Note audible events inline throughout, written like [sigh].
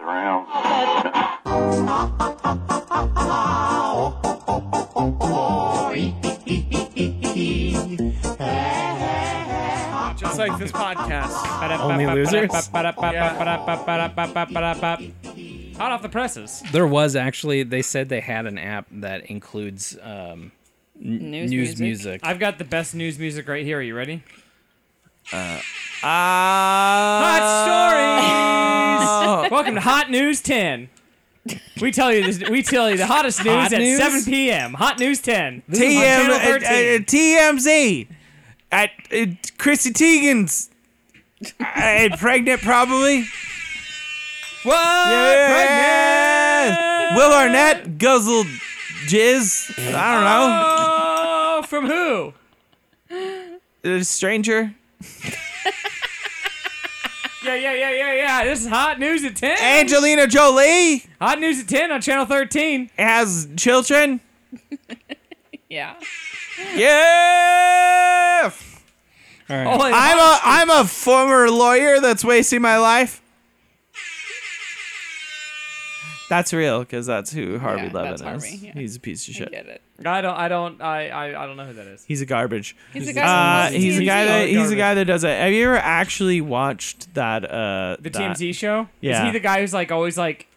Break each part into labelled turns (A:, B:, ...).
A: around.
B: Just like this podcast.
C: Only losers?
B: Hot off the presses.
C: There was actually they said they had an app that includes um, n-
D: News
C: news,
D: music?
C: music.
B: I've got the best news music right here. Are you ready? Uh, Hot stories. Welcome to Hot News 10. We tell you this, we tell you the hottest news
C: Hot
B: at
C: news?
B: 7 p.m. Hot News 10.
E: TM,
B: Channel
E: uh, uh,
B: 13.
E: TMZ at uh, Chrissy Teigen's Uh, and pregnant probably.
B: What?
E: Yes! Will Arnett guzzled jizz. I
B: Oh, from who?
E: don't know. A stranger.
B: Yeah, yeah, yeah, yeah, yeah. This is Hot News at 10.
E: Angelina Jolie
B: Hot News at 10 on Channel 13.
E: has children.
D: Yeah.
E: Yeah.
C: All right.
B: Oh, and
E: I'm a I'm a former lawyer that's wasting my life. That's real because that's who Harvey
D: Yeah,
E: Levin
D: that's
E: is.
D: Harvey, yeah.
E: He's a piece of
D: I
E: shit.
D: get it.
B: I don't, I don't, I, I, I don't know who that is.
E: He's a garbage.
D: He's a
E: Uh,
D: guy. from
E: he's a guy
D: TNT.
E: that he's a
B: Garbage.
E: guy that does that. Have you ever actually watched that? Uh,
B: The
E: that-
B: TMZ show. Is
E: Yeah.
B: he the guy who's like always like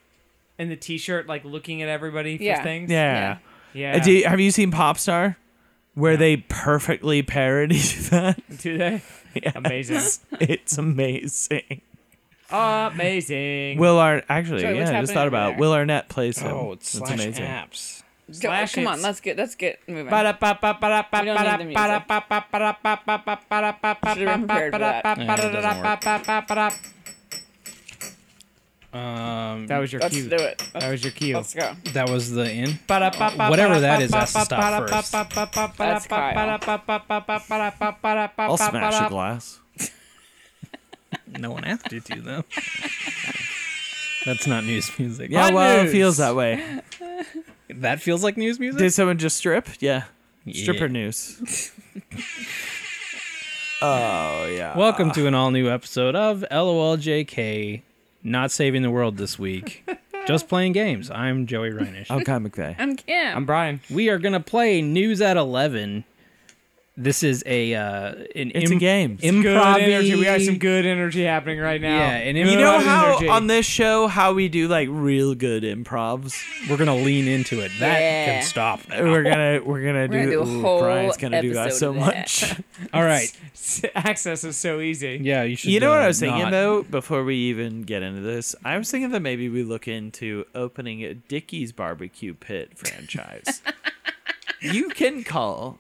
B: in the T-shirt, like looking at everybody for
D: Yeah.
B: things?
E: Yeah.
B: yeah.
E: Uh, do- have you seen Popstar? Where they perfectly parody [laughs] that.
B: Do they? Amazing.
E: It's amazing.
B: Amazing.
E: Will Arnett. Actually,
D: Sorry, what's
E: yeah, I just
D: happening
E: thought
D: over
E: about
D: there?
E: Will Arnett plays him.
C: Oh, it's
E: it's
C: slash
E: amazing.
C: apps.
D: Go-
B: Slash
D: come on,
B: hits.
D: let's get let's get moving.
C: uh,
D: We don't need the music. been prepared for that.
B: That
C: Um,
B: was your
D: Let's
B: cue.
D: do it. Let's,
B: That was your cue.
D: let's go.
C: that was the in. Whatever that is, has to stop first.
D: That's
E: I'll smash a glass.
C: No one asked you to
E: [laughs]
C: though. That's not news music.
E: Yeah,
B: Hot
E: well,
B: news.
E: it feels that [laughs] way.
C: that feels like news music.
E: Did someone just strip? Yeah. Stripper
C: Yeah.
E: news. [laughs] oh yeah.
C: Welcome to an all new episode of LOLJK. Not saving the world
E: [laughs]
C: this week. just playing games. I'm Joey Reinish.
E: Oh God, McVeigh.
D: I'm Kim.
B: I'm Brian.
C: We are gonna play news at eleven. This is a uh, an
E: It's a game. It's
C: improv.
B: Good energy. We have some good energy happening right now.
C: Yeah, and
E: You
C: improv-
E: know
B: Good
E: how
B: energy.
E: on this show how we do like real good improvs.
C: We're gonna lean into it. That
D: Yeah.
C: can stop. now.
E: We're gonna we're gonna do.
D: gonna do a
E: ooh,
D: whole
E: Brian's gonna do that
D: episode
E: so
D: of that.
E: much.
C: All right.
B: access is so easy.
C: Yeah, you should.
E: you know what
C: uh,
E: I was thinking
C: not-
E: though before we even get into this. I was thinking that maybe we look into opening a Dickie's barbecue pit
C: [laughs]
E: franchise. you can call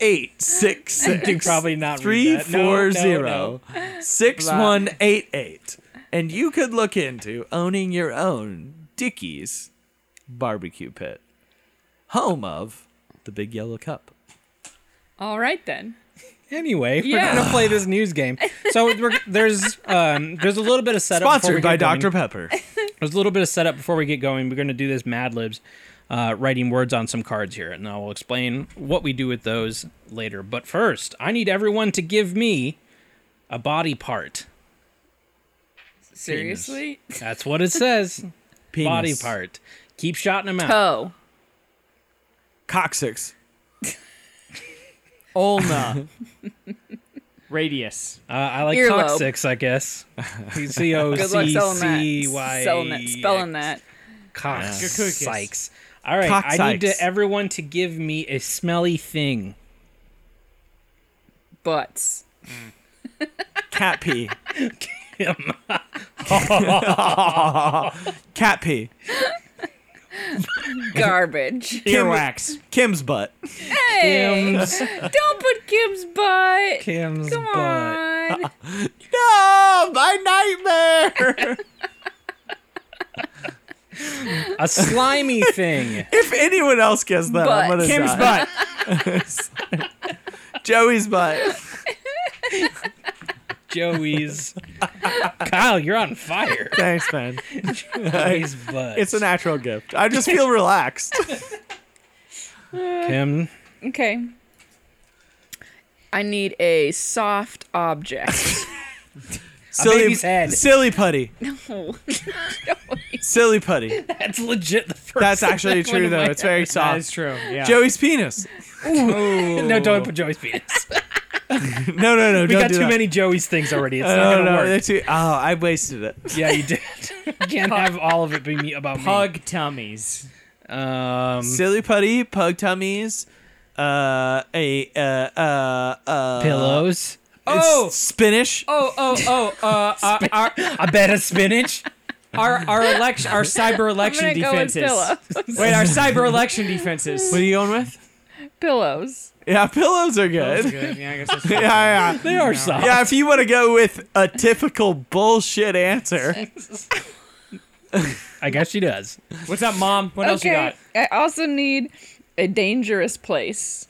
E: eight six
C: can
E: six
C: probably not read
E: three
C: that. No,
E: four
C: no,
E: zero six one eight eight, and you could look into owning your own Dickie's barbecue pit, home of the Big Yellow Cup.
D: All right then.
C: Anyway,
D: Yeah.
C: we're gonna play this news game. So we're, there's um, there's a little bit of setup. before we
E: Sponsored by
C: get going.
E: Dr Pepper.
C: There's a little bit of setup before we get going. We're going to do this Mad Libs, uh, writing words on some cards here, and I will explain what we do with those later. But first, I need everyone to give me a body part.
D: Seriously.
C: That's what it
E: [laughs]
C: says.
E: Penis.
C: [laughs] body part. Keep shouting them out.
D: [laughs] Oh.
E: Coccyx.
B: Ulna. [laughs] Radius.
C: Uh, I like
D: Earlobe.
C: coccyx, I guess. [laughs] C O
D: Good luck
C: C
D: selling that.
C: C Y.
D: Selling that. Spelling that.
C: Coccyx. All right, I need
E: Coccyx.
C: to everyone to give me a smelly thing.
D: Butts.
E: Cat pee. [laughs] Cat pee.
C: [laughs]
D: Garbage.
B: Earwax.
E: Kim's butt.
D: hey.
C: Kim's,
D: Don't put Kim's butt.
C: Kim's
D: Come
C: butt. Uh-uh.
D: on.
E: No, my nightmare.
C: A slimy thing.
E: [laughs] if anyone else gets that, I'm
D: Butt.
E: gonna
B: Kim's
E: die.
B: butt.
E: Joey's butt.
C: Joey's. Kyle, you're on fire.
E: Thanks, man. [laughs]
C: Joey's butt.
E: It's a natural gift. I just feel relaxed.
C: Kim.
D: Okay. I need a soft object.
C: [laughs]
D: [laughs]
E: Silly,
C: baby's head.
E: silly putty.
D: oh.
E: Silly putty.
C: That's legit. The first.
E: That's actually
C: that went
E: true
C: in
E: though.
C: my
E: It's very
B: That is
E: soft.
B: true. Yeah.
E: Joey's penis.
C: head. [laughs] No, don't put Joey's penis.
E: No, no, no.
C: We
E: don't
C: got
E: do
C: too
E: that.
C: many Joey's things already. It's
E: No,
C: not
E: no,
C: gonna
E: no, they're [laughs]
C: work.
E: too- oh, I wasted it.
C: Yeah, you did. Can't have all of it be me about me.
B: Pug tummies.
C: Um,
E: Mm. Silly putty, pug tummies, uh, a uh, uh, uh,
C: pillows.
E: Oh, spinach.
B: Oh, oh, oh, uh, uh, our,
C: I bet a spinach.
B: our, our election, our cyber
D: I'm
B: election
D: gonna go with
B: defenses.
D: pillow.
B: Wait, our cyber election defenses.
E: What are you going with?
D: pillows.
E: Yeah, pillows are
B: That was
E: good.
B: good. Yeah, I guess that's
E: yeah, [laughs] yeah.
C: They
E: [laughs]
C: are soft.
E: Yeah, if you want to go with a typical bullshit answer,
C: I guess she does.
B: What's up, mom? What else you
D: okay.
B: got?
D: I also need a dangerous place.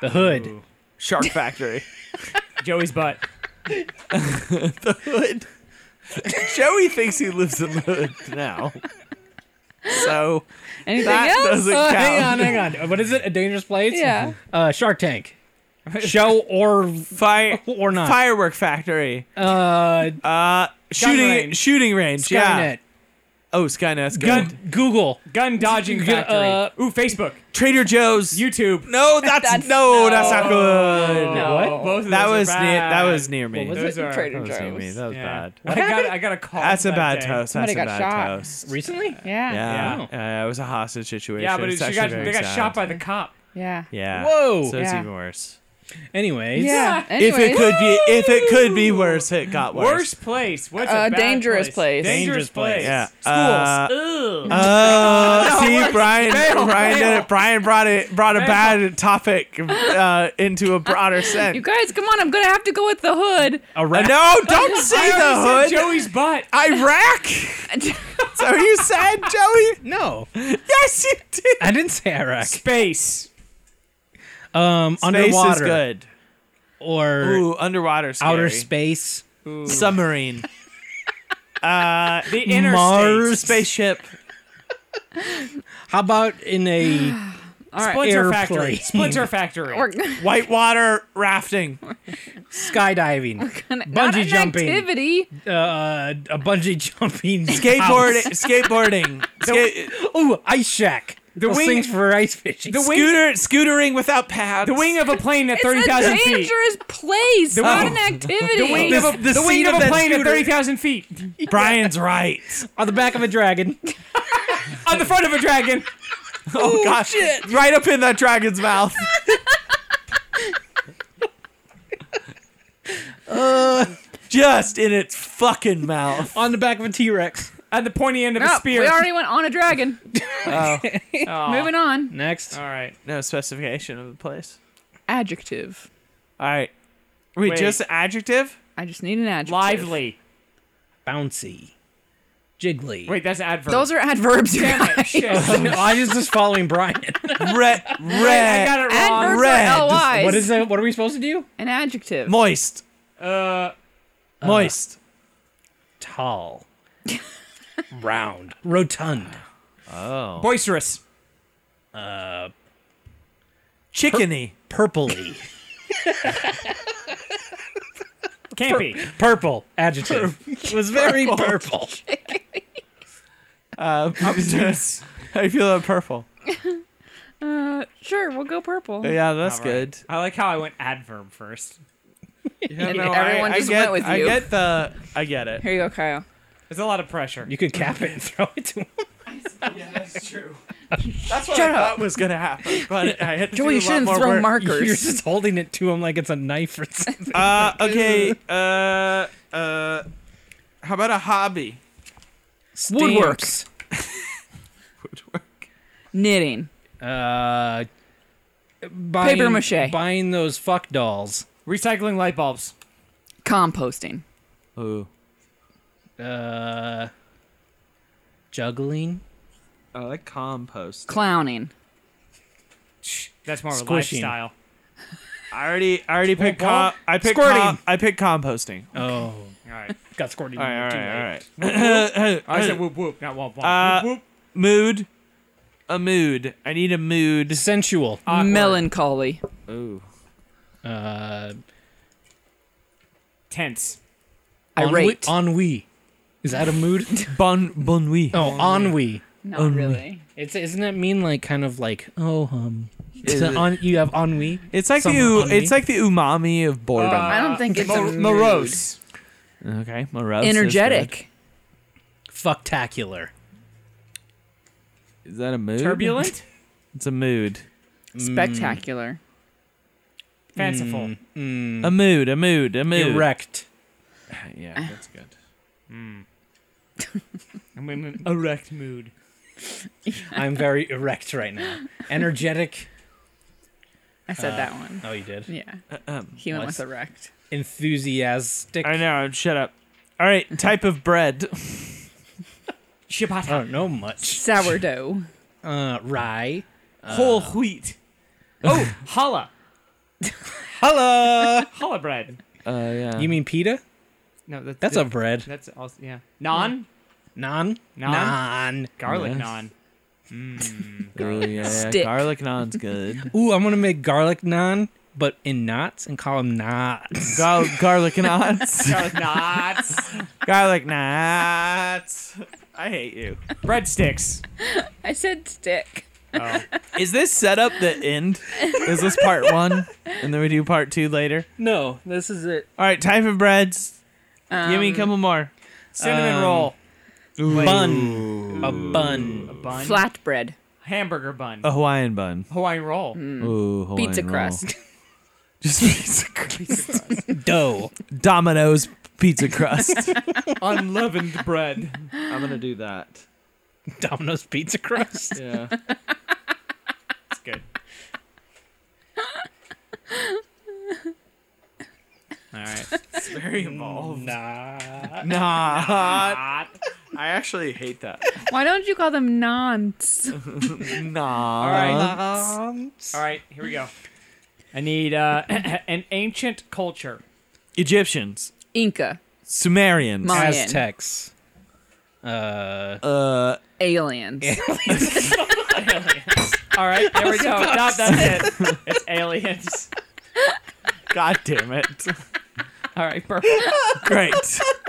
C: The hood.
E: Shark [laughs] Factory.
B: Joey's butt.
E: the hood. Joey thinks he lives in the hood now. So
D: Anything
E: That
D: else? Uh,
E: doesn't
C: Hang
E: count.
B: Oh.
C: on, hang on. What is it? A dangerous place?
D: [laughs] Yeah.
C: [laughs] Uh, Shark [laughs] Tank. Show or
E: Fire
C: or not.
E: firework factory.
C: Uh,
E: Uh shooting
B: range.
E: shooting range. Yeah.
C: Skynet.
E: Oh, Skynet's good.
C: Gun. Google.
B: Gun dodging
C: Gu-
B: factory.
C: uh,
B: Ooh, Facebook,
E: Trader Joe's.
B: YouTube.
E: No, that's,
D: That's-
E: no,
D: no.
E: that's not good.
D: No.
B: Oh, Both of
E: That
B: those are
E: was near
B: bad.
E: that was near me.
C: What was
E: that
C: it?
B: Those are
D: Trader
E: was near me.
D: Joe's.
E: That was
B: yeah.
E: bad.
B: I got I got a call.
E: Oh, That's a
B: that
E: bad
B: day.
E: toast. That's
D: Somebody
E: a
D: got
E: bad
D: shot.
E: toast.
C: Recently?
D: Yeah.
E: Yeah.
B: Yeah.
E: Uh, it was a hostage situation.
B: Yeah, but
E: It's
B: it, she
E: actually
B: got
E: very
B: they got
E: sad.
B: shot by the cop.
D: Yeah.
E: Yeah.
C: Whoa.
E: So it's
D: Yeah.
E: even worse.
C: Anyways.
D: Yeah.
E: If it
D: anyways.
E: could be if it could be worse, it got worse.
B: Worst place. What's
D: Uh,
B: a bad
D: dangerous place.
B: Dangerous
C: Dangerous
B: place.
C: place.
E: Yeah. Uh,
B: Schools. Ugh.
E: Uh, see, Brian,
B: Fail,
E: Brian
B: fail.
E: did it. Brian brought it, brought a
B: Fail.
E: bad topic uh, into a broader sense.
D: You guys, come on! I'm gonna have to go with the hood. [laughs]
C: A
E: Uh,
C: rat.
E: no, don't say
B: I
E: the
B: already
E: hood.
B: said Joey's butt.
E: Iraq. So you said Joey?
C: No.
E: Yes, you did.
C: I didn't say Iraq.
B: Space.
C: Um,
E: Space is
C: underwater
E: good.
C: or
E: Ooh, underwater. Scary.
C: outer space.
E: Submarine. uh,
B: The interstate.
C: Mars.
E: spaceship.
C: How about in [sighs] a
D: All right.
B: Splinter
C: Airplane.
B: factory. Splinter factory.
D: We're
E: Whitewater rafting.
C: skydiving,
D: gonna, bungee
C: Bungee jumping.
D: activity.
C: uh, a bungee
E: [laughs]
C: jumping,
E: Skateboarding. Skateboarding. Ska-
C: house. Ooh, ice shack. The Those
B: wing-
C: things for ice fishing.
B: The wing.
E: scooter. Scootering without pads.
B: The wing of a plane at
D: It's
B: thirty
D: a
B: thousand feet.
D: dangerous place, not an activity.
B: The wing of a,
C: The
B: the wing
C: seat
B: of
C: of
B: a
C: that
B: plane at
C: scooter.
B: thirty thousand feet.
E: Brian's right.
C: on the back of a dragon.
B: On the front of a dragon.
E: Oh gosh. Right up in that dragon's mouth. Uh, just in its fucking mouth.
C: [laughs] on the back of a T Rex.
B: At the pointy end of
D: No,
B: a spear.
D: Oh, we already went on a dragon.
B: Aw.
D: Moving on.
C: Next.
B: All right.
E: No specification of the place.
D: Adjective.
E: All right. Wait,
B: Wait.
E: just an adjective?
D: I just need an adjective.
B: Lively.
C: Bouncy. Jiggly.
B: Wait, that's an adverb.
D: Those are adverbs. you
B: Damn it,
D: guys.
B: shit.
C: No, [laughs] I was just following Brian.
E: [laughs]
C: [laughs]
E: Red,
B: I
E: red,
B: got it wrong.
D: [laughs] Adverbs
E: Red.
D: are LYs.
C: What is it? What are we supposed to do?
D: an adjective?
E: moist,
B: Uh,
E: moist.
C: Tall. Round. Rotund.
E: Oh,
B: boisterous.
E: chickeny,
C: Purpley.
B: Campy.
C: Purple. Adjective. It was very purple.
E: [laughs] uh, obtuse. How you feel about purple?
D: Uh, sure, we'll go purple.
E: Yeah, that's
B: All right.
E: good.
B: I like how I went adverb first.
E: Yeah,
D: no, I- everyone I just get- went with
E: I
D: you.
E: get the. I get it.
D: Here you go, Kyle.
B: There's a lot of pressure.
C: You could cap it and throw it to him.
E: That's true. That's what
D: Shut
E: I
D: up.
E: thought was gonna
D: [laughs]
E: happen, but I had to
D: Joey, you
E: do a lot
D: shouldn't
E: more
D: throw
E: work.
D: markers.
C: You're just holding it to him like it's a knife or something.
E: Uh,
D: [laughs]
E: okay. Uh, uh, how about a hobby?
D: Woodworks. Knitting.
C: Uh, buying,
D: Paper mache.
C: Buying those fuck dolls.
B: Recycling light bulbs.
D: Composting.
E: Ooh.
C: Uh, juggling.
E: I like compost.
D: Clowning.
B: Shh, that's more of a
C: Squishing.
B: lifestyle.
E: I already, I already picked.
B: well,
E: Com- I picked.
C: squirting.
E: Com- I picked composting. Oh,
C: Oh,
B: All right.
C: got scored. in
E: All right,
C: too
E: all [laughs]
C: late.
E: right, all right.
B: I said whoop whoop, not womp womp.
E: Uh,
B: whoop, whoop.
E: mood. A mood. I need a mood.
C: Sensual.
D: Uh,
B: Awkward.
D: Melancholy.
E: Ooh.
C: Uh,
B: Tense.
D: Irate.
C: Ennui. ennui. Is that a mood?
E: [laughs] Bon bon nuit.
C: Oh, ennui.
D: Not
E: Um,
D: really.
C: It's isn't that mean like kind of like oh um
E: Is
C: to
E: it-
C: on, you have ennui?
E: It's like
C: Someone
E: the
C: on me?
E: it's like the umami of boredom.
B: Uh,
D: I don't think it's a
B: Mor-
D: rude.
B: morose.
E: okay, morose. is good.
D: Energetic.
C: Fucktacular.
E: Is, that a mood?
B: Turbulent?
E: It's a mood. Mm.
D: Spectacular.
B: Fanciful.
C: Mm,
E: A mood. A mood. A mood.
C: [laughs]
E: Uh,
C: erect.
E: Yeah, that's good.
B: I'm in an erect mood.
C: I'm very erect right now. Energetic.
D: I said that
E: Uh,
D: one.
C: Oh, you did.
D: Yeah.
E: um,
D: He went
C: what's-
D: with erect.
C: Enthusiastic.
E: I know. Shut up. All right. Type of bread.
C: I
B: Ciabatta.
C: don't know much.
D: Sourdough.
C: Uh, rye.
B: [laughs] Whole
E: Uh,
B: wheat. Oh, challah. [laughs]
C: Hello.
B: Challah bread.
E: Uh, yeah.
C: you mean pita?
B: No, that,
C: That's a bread.
B: That's also yeah. Non,
C: Naan.
B: Naan?
C: Naan.
B: garlic
E: Yes.
B: non.
E: Ooh, yeah, yeah.
D: Stick.
E: Garlic naan's
C: [laughs]
E: good.
C: Ooh, I'm gonna make garlic naan, but in knots and call them knots.
E: Gar-
B: [laughs]
E: garlic knots.
B: Garlic knots.
E: garlic knots. I hate you.
B: Breadsticks.
D: I said stick.
B: Oh.
E: Is this set up the end? Is this part one, and then we do part two later?
C: [laughs] No, this is it.
E: All right. Type of breads. Give me a couple more.
B: Cinnamon
C: Um,
B: roll.
C: Bun. A bun.
B: A bun.
D: Flatbread.
B: Hamburger bun.
E: A Hawaiian bun.
B: Hawaiian roll.
E: Ooh, Hawaiian
D: Pizza
E: roll.
D: crust.
E: [laughs] Just pizza crust.
C: Dough.
E: Domino's pizza [laughs] crust.
B: Unleavened bread.
E: I'm gonna do that.
C: Domino's pizza crust.
E: Yeah.
B: That's good. All right.
E: It's very involved.
C: Nah.
E: Nah.
B: Hot.
E: I actually hate that.
D: Why don't you call them nants?
E: Nah.
B: All right. All right. Here we go. I need uh, [clears throat] an ancient culture.
E: Egyptians.
D: Inca.
E: Sumerians.
D: Mon- Mayan.
C: Aztecs.
E: uh,
C: Uh,
D: Aliens.
B: All right. There we go. Stop. That's it. It's aliens.
E: God damn it.
B: All right. Perfect.
E: Great.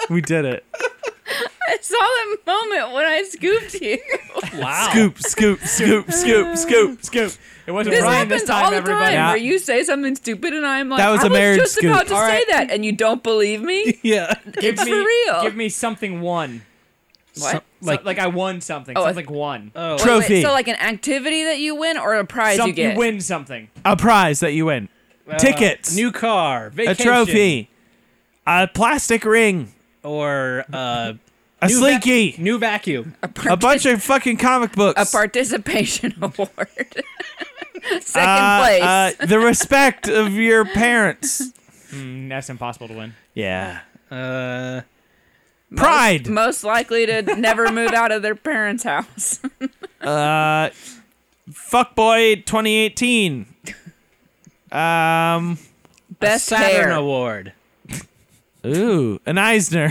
E: We did it.
D: [laughs] I saw that moment when I scooped you.
C: Uh,
B: Wow.
E: Scoop, scoop, scoop, scoop, scoop, scoop.
B: It wasn't
D: This
B: Ryan
D: happens
B: this time,
D: all the
B: everybody.
D: time
E: Yeah.
D: where you say something stupid and I'm like,
E: That was
D: I
E: a marriage
D: was just
E: scoop.
D: about to
B: All
D: say
B: right.
D: that and you don't
E: [laughs]
D: believe me?
C: yeah.
B: Give
D: It's
B: me,
D: for real.
B: Give me something one.
D: What?
C: Some-
B: Like,
C: like,
B: like I won something.
D: Oh, I-
B: something one.
D: Wait,
C: oh,
D: wait,
E: Trophy.
D: so like an activity that you win or a prize
B: Some-
D: you get?
B: win something.
E: A prize that you win.
C: uh,
E: Tickets.
C: New car. Vacation.
E: a trophy. A plastic ring.
C: Or uh,
E: A
C: new vac-
E: slinky.
C: new vacuum.
D: A,
E: a
D: partic-
E: bunch of fucking comic books.
D: a participation [laughs] award. Second
E: Uh,
D: place.
E: uh, the respect of your parents.
B: Mm, that's impossible to win.
E: Yeah.
C: Uh,
D: [laughs] Most-
E: Pride.
D: Most, likely to never move out of their parents' house. [laughs]
E: Uh, Fuckboy 2018. Um.
D: Best
C: Saturn
D: hair.
C: Award.
E: Ooh, an Eisner,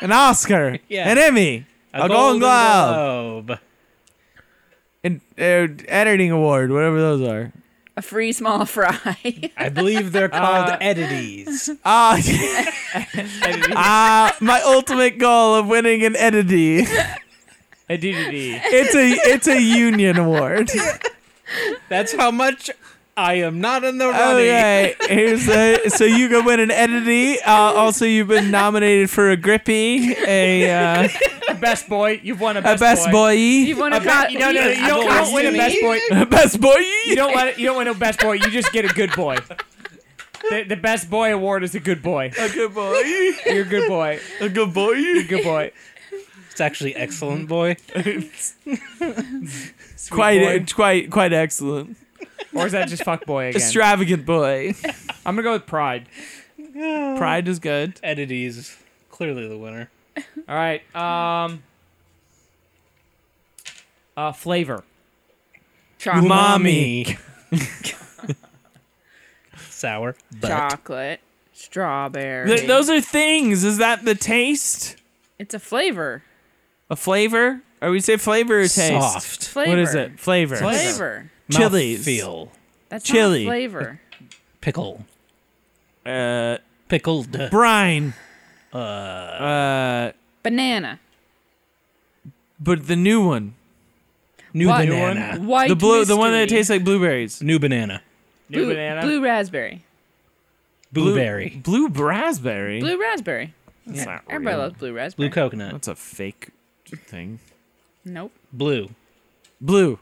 E: an Oscar,
C: Yeah.
E: an Emmy, a, Golden Globe,
C: Globe.
E: an uh, editing award, whatever those are.
D: A free small fry. [laughs]
C: I
E: [laughs]
C: believe they're called
B: Uh,
C: edities.
E: Ah, [laughs] ah, my ultimate goal of winning an entity.
B: A DDD.
E: It's a it's a union [laughs] award.
C: That's how much I am not in the
E: Oh,
C: running.
E: Okay, here's a, so you can win an entity. Uh, also, you've been nominated for a Grippy, a [laughs] uh,
B: best boy. You've won a
E: a
B: best,
E: Best
D: You
E: Boy,
D: want
B: A
D: to
B: best, you don't, no, no, you don't, you don't win a best boy.
E: a Best Boy.
B: You don't win. You don't win a best boy. You just get a good boy. The, the best boy award is a good boy.
E: a good [laughs] boy,
B: You're a good boy.
E: a good boy.
B: Good boy.
C: It's actually excellent, boy.
B: Sweet
E: Quite
B: boy.
E: quite quite excellent.
B: Or is that just fuck boy again?
E: Extravagant boy.
B: I'm gonna go with pride.
E: Pride is good.
C: Edities, clearly the winner.
B: All right. Um. Uh, flavor.
D: Chocolate.
E: Mommy. [laughs]
C: Sour. But
D: Chocolate. Strawberry.
E: Th- those are things. Is that the taste?
D: it's a flavor.
E: A flavor? Are we say flavor or taste?
C: soft.
D: Flavor.
E: What is it? Flavor.
D: Flavor.
E: Chilies.
C: Feel.
D: That's
E: Chili.
D: not flavor.
C: Pickle.
E: Uh,
C: Pickled.
E: brine. Uh,
D: Banana.
E: But the new one,
C: New
D: Whi-
C: banana.
D: White
E: the blue, the one that
D: mystery.
E: tastes like blueberries,
C: New banana.
B: New
D: blue,
B: banana.
D: blue raspberry.
E: Blue-
C: Blueberry.
E: blue raspberry.
D: Blue raspberry.
E: That's
B: Oh,
E: not
D: Everybody
E: real.
D: loves blue raspberry.
C: Blue coconut.
E: That's a fake thing.
D: Nope.
C: Blue.
E: Blue.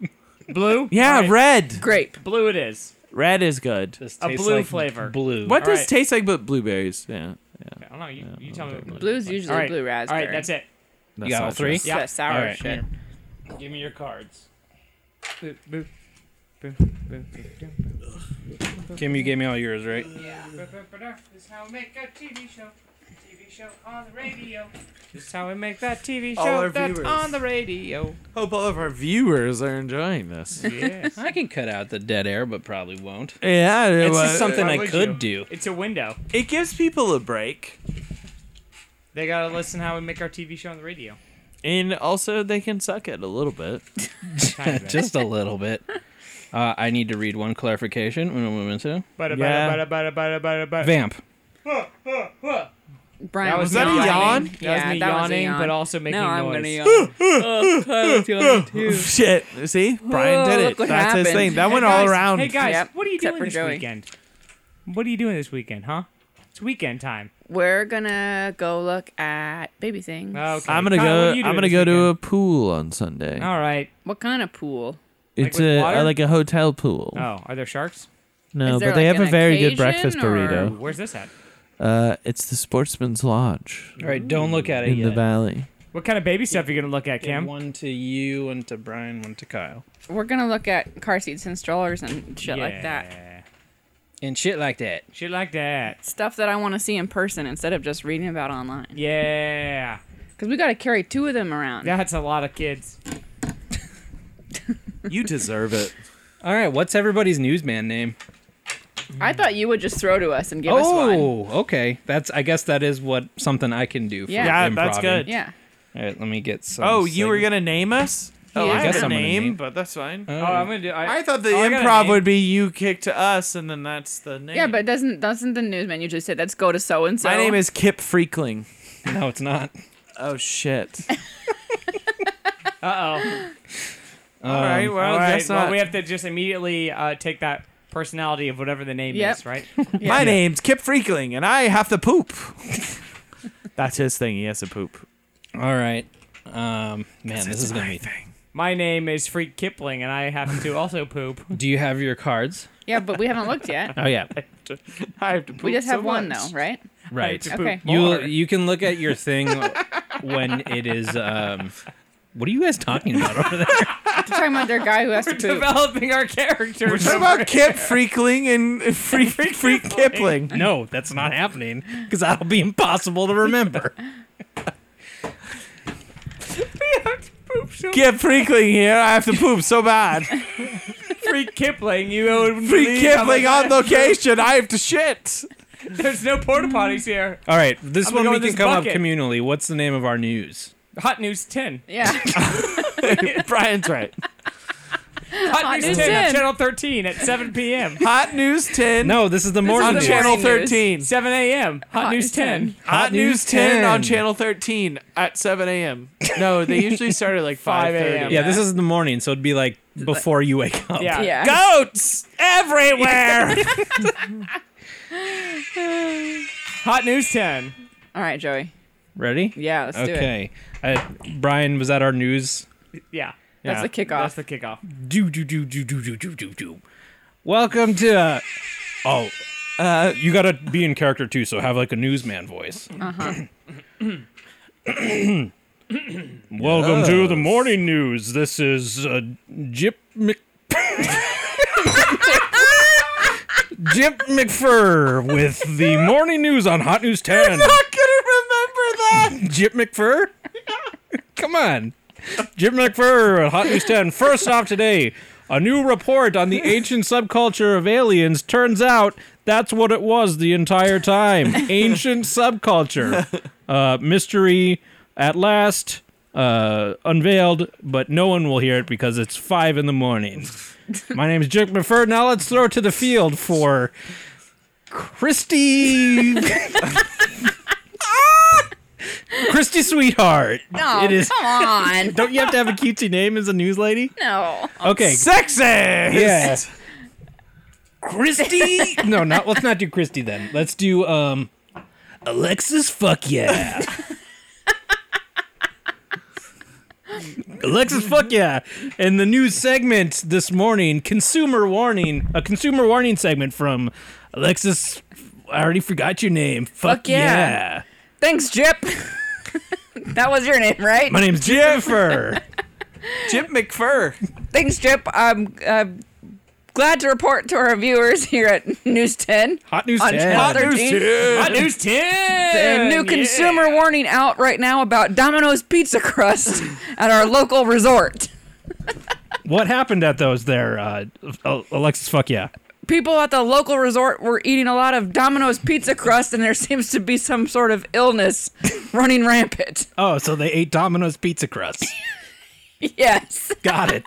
B: Blue?
E: Yeah,
B: Alright.
E: red.
D: Grape.
B: Blue it is.
E: Red is good.
C: This
B: A
C: tastes
B: blue
C: like
B: flavor.
C: Blue.
E: What does
B: Alright.
E: taste like but blueberries? Yeah.
B: I don't know. You, you tell me what blue.
D: Blue's usually
B: Alright.
D: blue raspberry.
B: All right, that's it.
E: That's
C: got all
E: not
C: three?
E: just-
D: It's that
B: Yeah.
D: sour
C: All right,
D: shit.
B: Give me your cards. Boop, boop. Boop, boop, boop, boop, boop.
C: Kim, you gave me all yours, right?
B: This is how we make a TV show. TV show on the radio. This is how we make that TV show
E: All our
B: that's
E: viewers.
B: on the radio.
E: Hope all of our viewers are enjoying this.
B: Yes.
C: I can cut out the dead air, but probably won't.
E: yeah, it
C: It's
E: was-
C: just something
B: why
C: I
B: would
C: could
B: you?
C: do.
B: it's a window.
E: It gives people a break,
B: They gotta listen how we make our TV show on the radio.
E: and also they can suck it a little bit. [laughs]
C: [laughs]
B: Kind of
C: just a little bit. Uh, I need to read one clarification. When we move into
B: Bada, bada,
E: Yeah.
B: bada, bada, bada, bada, bada.
C: vamp.
D: Brian
B: That was,
D: was
B: that
D: yawning.
B: a yawn?
D: Yeah,
B: that was me
D: that was a
B: yawning,
D: yawn.
B: but also making
D: no, I'm
B: noise. [laughs]
D: gonna yawn. Oh,
E: Shit. See, Brian did
D: Whoa,
E: it.
D: look what
E: That's his
D: happened.
E: thing. That
B: Hey
E: went
B: guys,
E: all around.
B: Hey guys,
D: Yep,
B: what are you
D: except
B: doing
D: for
B: this
D: Joey.
B: weekend? What are you doing this weekend, huh? It's weekend time.
D: We're gonna go look at baby things.
B: Oh, Okay.
E: I'm gonna
B: Kyle, what
E: go.
B: are you doing
E: I'm gonna
B: this
E: go to a
B: weekend?
E: pool on Sunday.
B: All right.
D: what kind of pool?
E: It's
B: with
E: a
B: water?
E: like a hotel pool.
B: Oh, are there sharks?
E: No,
D: Is
E: but
D: there
E: they
D: like
E: have a
D: an
E: very good
D: occasion,
E: breakfast
D: or-
B: Ooh,
E: burrito.
B: Where's this at?
E: Uh, it's the Sportsman's Lodge
C: All right, don't look at it
E: in
C: yet.
E: the valley.
B: What kind of baby stuff are you gonna look at,
C: Give
B: Kim?
C: One to you, one to Brian, one to Kyle,
D: We're gonna look at car seats and strollers and shit like that.
B: Yeah.
C: and shit like that.
B: Shit like that.
D: Stuff that I want to see in person instead of just reading about online.
B: Yeah.
D: Because we got to carry two of them around.
B: That's a lot of kids.
E: You deserve it.
C: All right, what's everybody's newsman name?
D: I thought you would just throw to us and give us one.
C: oh, okay. That's I guess that is what something I can do. For
D: Yeah.
E: Yeah, that's
C: improving.
E: good.
D: Yeah.
C: All right, let me get some.
E: [laughs] Oh, you were
C: segment-
E: gonna name us? Oh,
D: Yeah.
E: I,
D: I
E: guess
D: guess
E: had a
C: I'm gonna
E: name,
C: name-
E: but that's fine.
C: Oh.
B: Oh, I'm gonna do. I,
E: I thought the
B: oh, I got a
E: improv
B: name.
E: would be you kick to us, and then that's the name.
D: Yeah, but doesn't doesn't the newsman usually say let's go to so and so?
E: my name is Kip Freakling.
C: [laughs] No, it's not.
E: Oh shit!
B: Uh
E: [laughs] all right,
C: Um,
B: oh.
E: well,
B: All right.
E: guess
B: Well,
E: not.
B: we have to just immediately uh, take that personality of whatever the name
D: Yep.
B: is,
E: [laughs]
B: right?
E: My name's Kip Freakling, and I have to poop. [laughs] that's his thing. He has to poop.
C: Oh, All right. Um, man, this is gonna be.
E: thing.
B: My name is Freak Kipling, and I happen
E: [laughs]
B: to also poop.
C: [laughs] Do you have your cards?
D: Yeah, but we haven't looked yet.
C: Oh yeah,
E: I have to poop.
D: We just
E: so
D: have one
E: much.
D: though, right?
C: right.
B: Poop
D: Okay.
C: You
B: more.
C: you can look at your thing [laughs] when it is. Um, what are you guys talking about over there?
D: We're talking about their guy who has to poop.
B: developing our characters.
E: What about Kip Freakling [laughs] and Freak Freak, Kipling?
C: No, that's not happening because that'll be impossible to remember.
E: Kip Freakling here. I have to poop so [laughs] bad.
B: Freak Kipling, you would
E: Freak Kipling on location. I have to shit.
B: There's no porta potties here.
C: All right, this
B: I'm
C: one
B: gonna
C: we
B: go with this
C: can come
B: bucket.
C: up communally. What's the name of our news?
B: Hot news ten.
D: Yeah.
E: [laughs] Brian's right.
B: Hot, news,
D: News
B: 10, on
D: 10.
B: channel thirteen at seven p.m.
E: Hot News 10
C: No, this is the
E: on
C: morning
D: the
C: news.
E: Channel
D: morning news.
E: 13.
B: Seven a.m. Hot,
D: Hot
B: news
D: News
B: ten.
E: Hot, News 10, on Channel 13 at 7 a.m. No, they usually start at like 5
B: 5
E: a.m.
B: a.m.
C: Yeah, this is the morning, so it'd be like before you wake up.
B: Yeah.
D: yeah.
E: Goats everywhere.
B: [laughs] Hot news ten.
D: All right, Joey.
C: Ready?
D: Yeah, let's do it.
C: Okay. Uh, Brian, was that our news?
B: Yeah.
D: That's the
B: That's
D: kickoff.
B: the kickoff.
C: Do do do do do do do do do. Welcome to. Uh, oh, uh, you gotta be in character too, so have like a newsman voice. Uh huh. Welcome to the morning news. This is uh, Jip Mc. Jip McFur with the morning news on Hot News 10.
E: gonna remember that.
C: Jip McFur? Come on. Jip McFur, Hot News 10. First off today, a new report on the ancient subculture of aliens turns out that's what it was the entire time. Ancient subculture. Uh, mystery at last uh, unveiled, but no one will hear it because it's five in the morning. My name's Jip McFur. Now let's throw it to the field for Christy Christy Sweetheart.
D: No,
C: it is.
D: Oh, come
C: [laughs]
D: on.
C: Don't you have to have a cutesy name as a news lady?
D: no.
C: Okay.
E: Sexist.
C: Yeah. Christy. [laughs] no, not let's not do Christy then. Let's do um Alexis fuck yeah. Alexis fuck yeah. And the news segment this morning, consumer warning, a consumer warning segment from Alexis I already forgot your name. Fuck,
D: Fuck yeah.
C: yeah.
D: Thanks, Jip. [laughs] that was your name, right?
C: My name's Jennifer.
E: Jim McFur.
D: Thanks, Jip. I'm uh, glad to report to our viewers here at News 10.
C: Hot news
D: On
C: 10.
D: Hot news 13.
C: Hot news 10.
D: A new
C: yeah.
D: consumer warning out right now about Domino's pizza crust [laughs] at our local resort.
C: What happened at those there uh, Al- Alexis fuck yeah.
D: People at the local resort were eating a lot of Domino's pizza crust, and there seems to be some sort of illness [laughs] running rampant. [laughs]
C: Oh, so they ate Domino's pizza crust.
D: Yes.
C: Got it.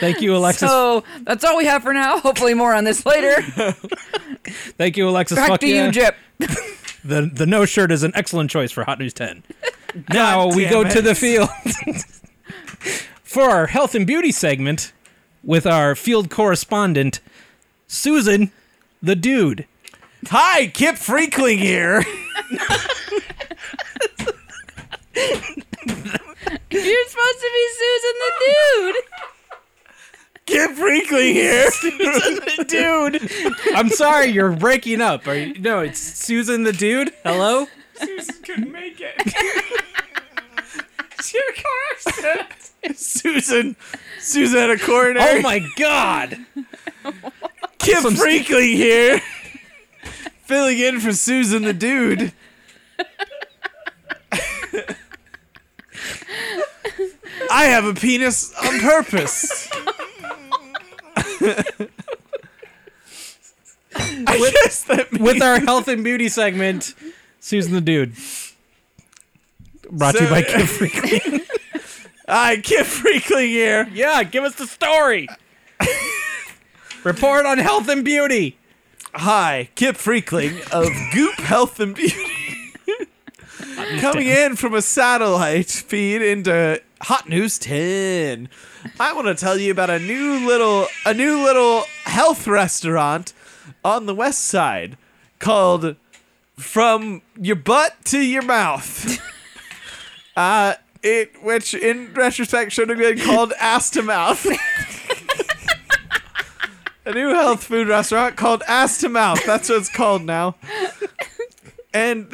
C: Thank you, Alexis.
D: So that's all we have for now. Hopefully, more on this
C: [laughs]
D: later.
C: Thank you, Alexis.
D: Back
C: Fuck
D: to
C: yeah.
D: you, Jip.
C: The the no shirt is an excellent choice for Hot News
D: [laughs]
C: 10. now we
E: damn
C: go
E: it.
C: to the field [laughs] for our health and beauty segment with our field correspondent Susan, the dude.
E: Hi, Kip Freakling here.
D: You're supposed to be Susan the dude.
E: Kip Freakling [laughs] here.
C: dude. I'm sorry, you're breaking up.
D: [laughs]
C: Are you, no, it's Susan, the dude. Hello.
F: Susan couldn't make it. It's your car accident.
E: Susan. Susanna Corner.
C: Oh my God.
E: Kip Freakling here. [laughs] Filling in for Susan the dude. I have a penis on purpose. I guess that means
C: with our health and beauty segment, Susan the Dude. Brought to you by
E: So-
C: Kid Freakley.
E: I Kip Freakling here.
C: [laughs] yeah, give us the story. Report on health and beauty.
E: Hi, Kip Freakling of Goop Health and Beauty. Coming in from a satellite feed into Hot News 10. I want to tell you about a new little a new little health restaurant on the west side called From Your Butt to Your Mouth. uh it which in retrospect should have been called Ass to Mouth. a new health food restaurant called Ass to Mouth. That's what it's called now. And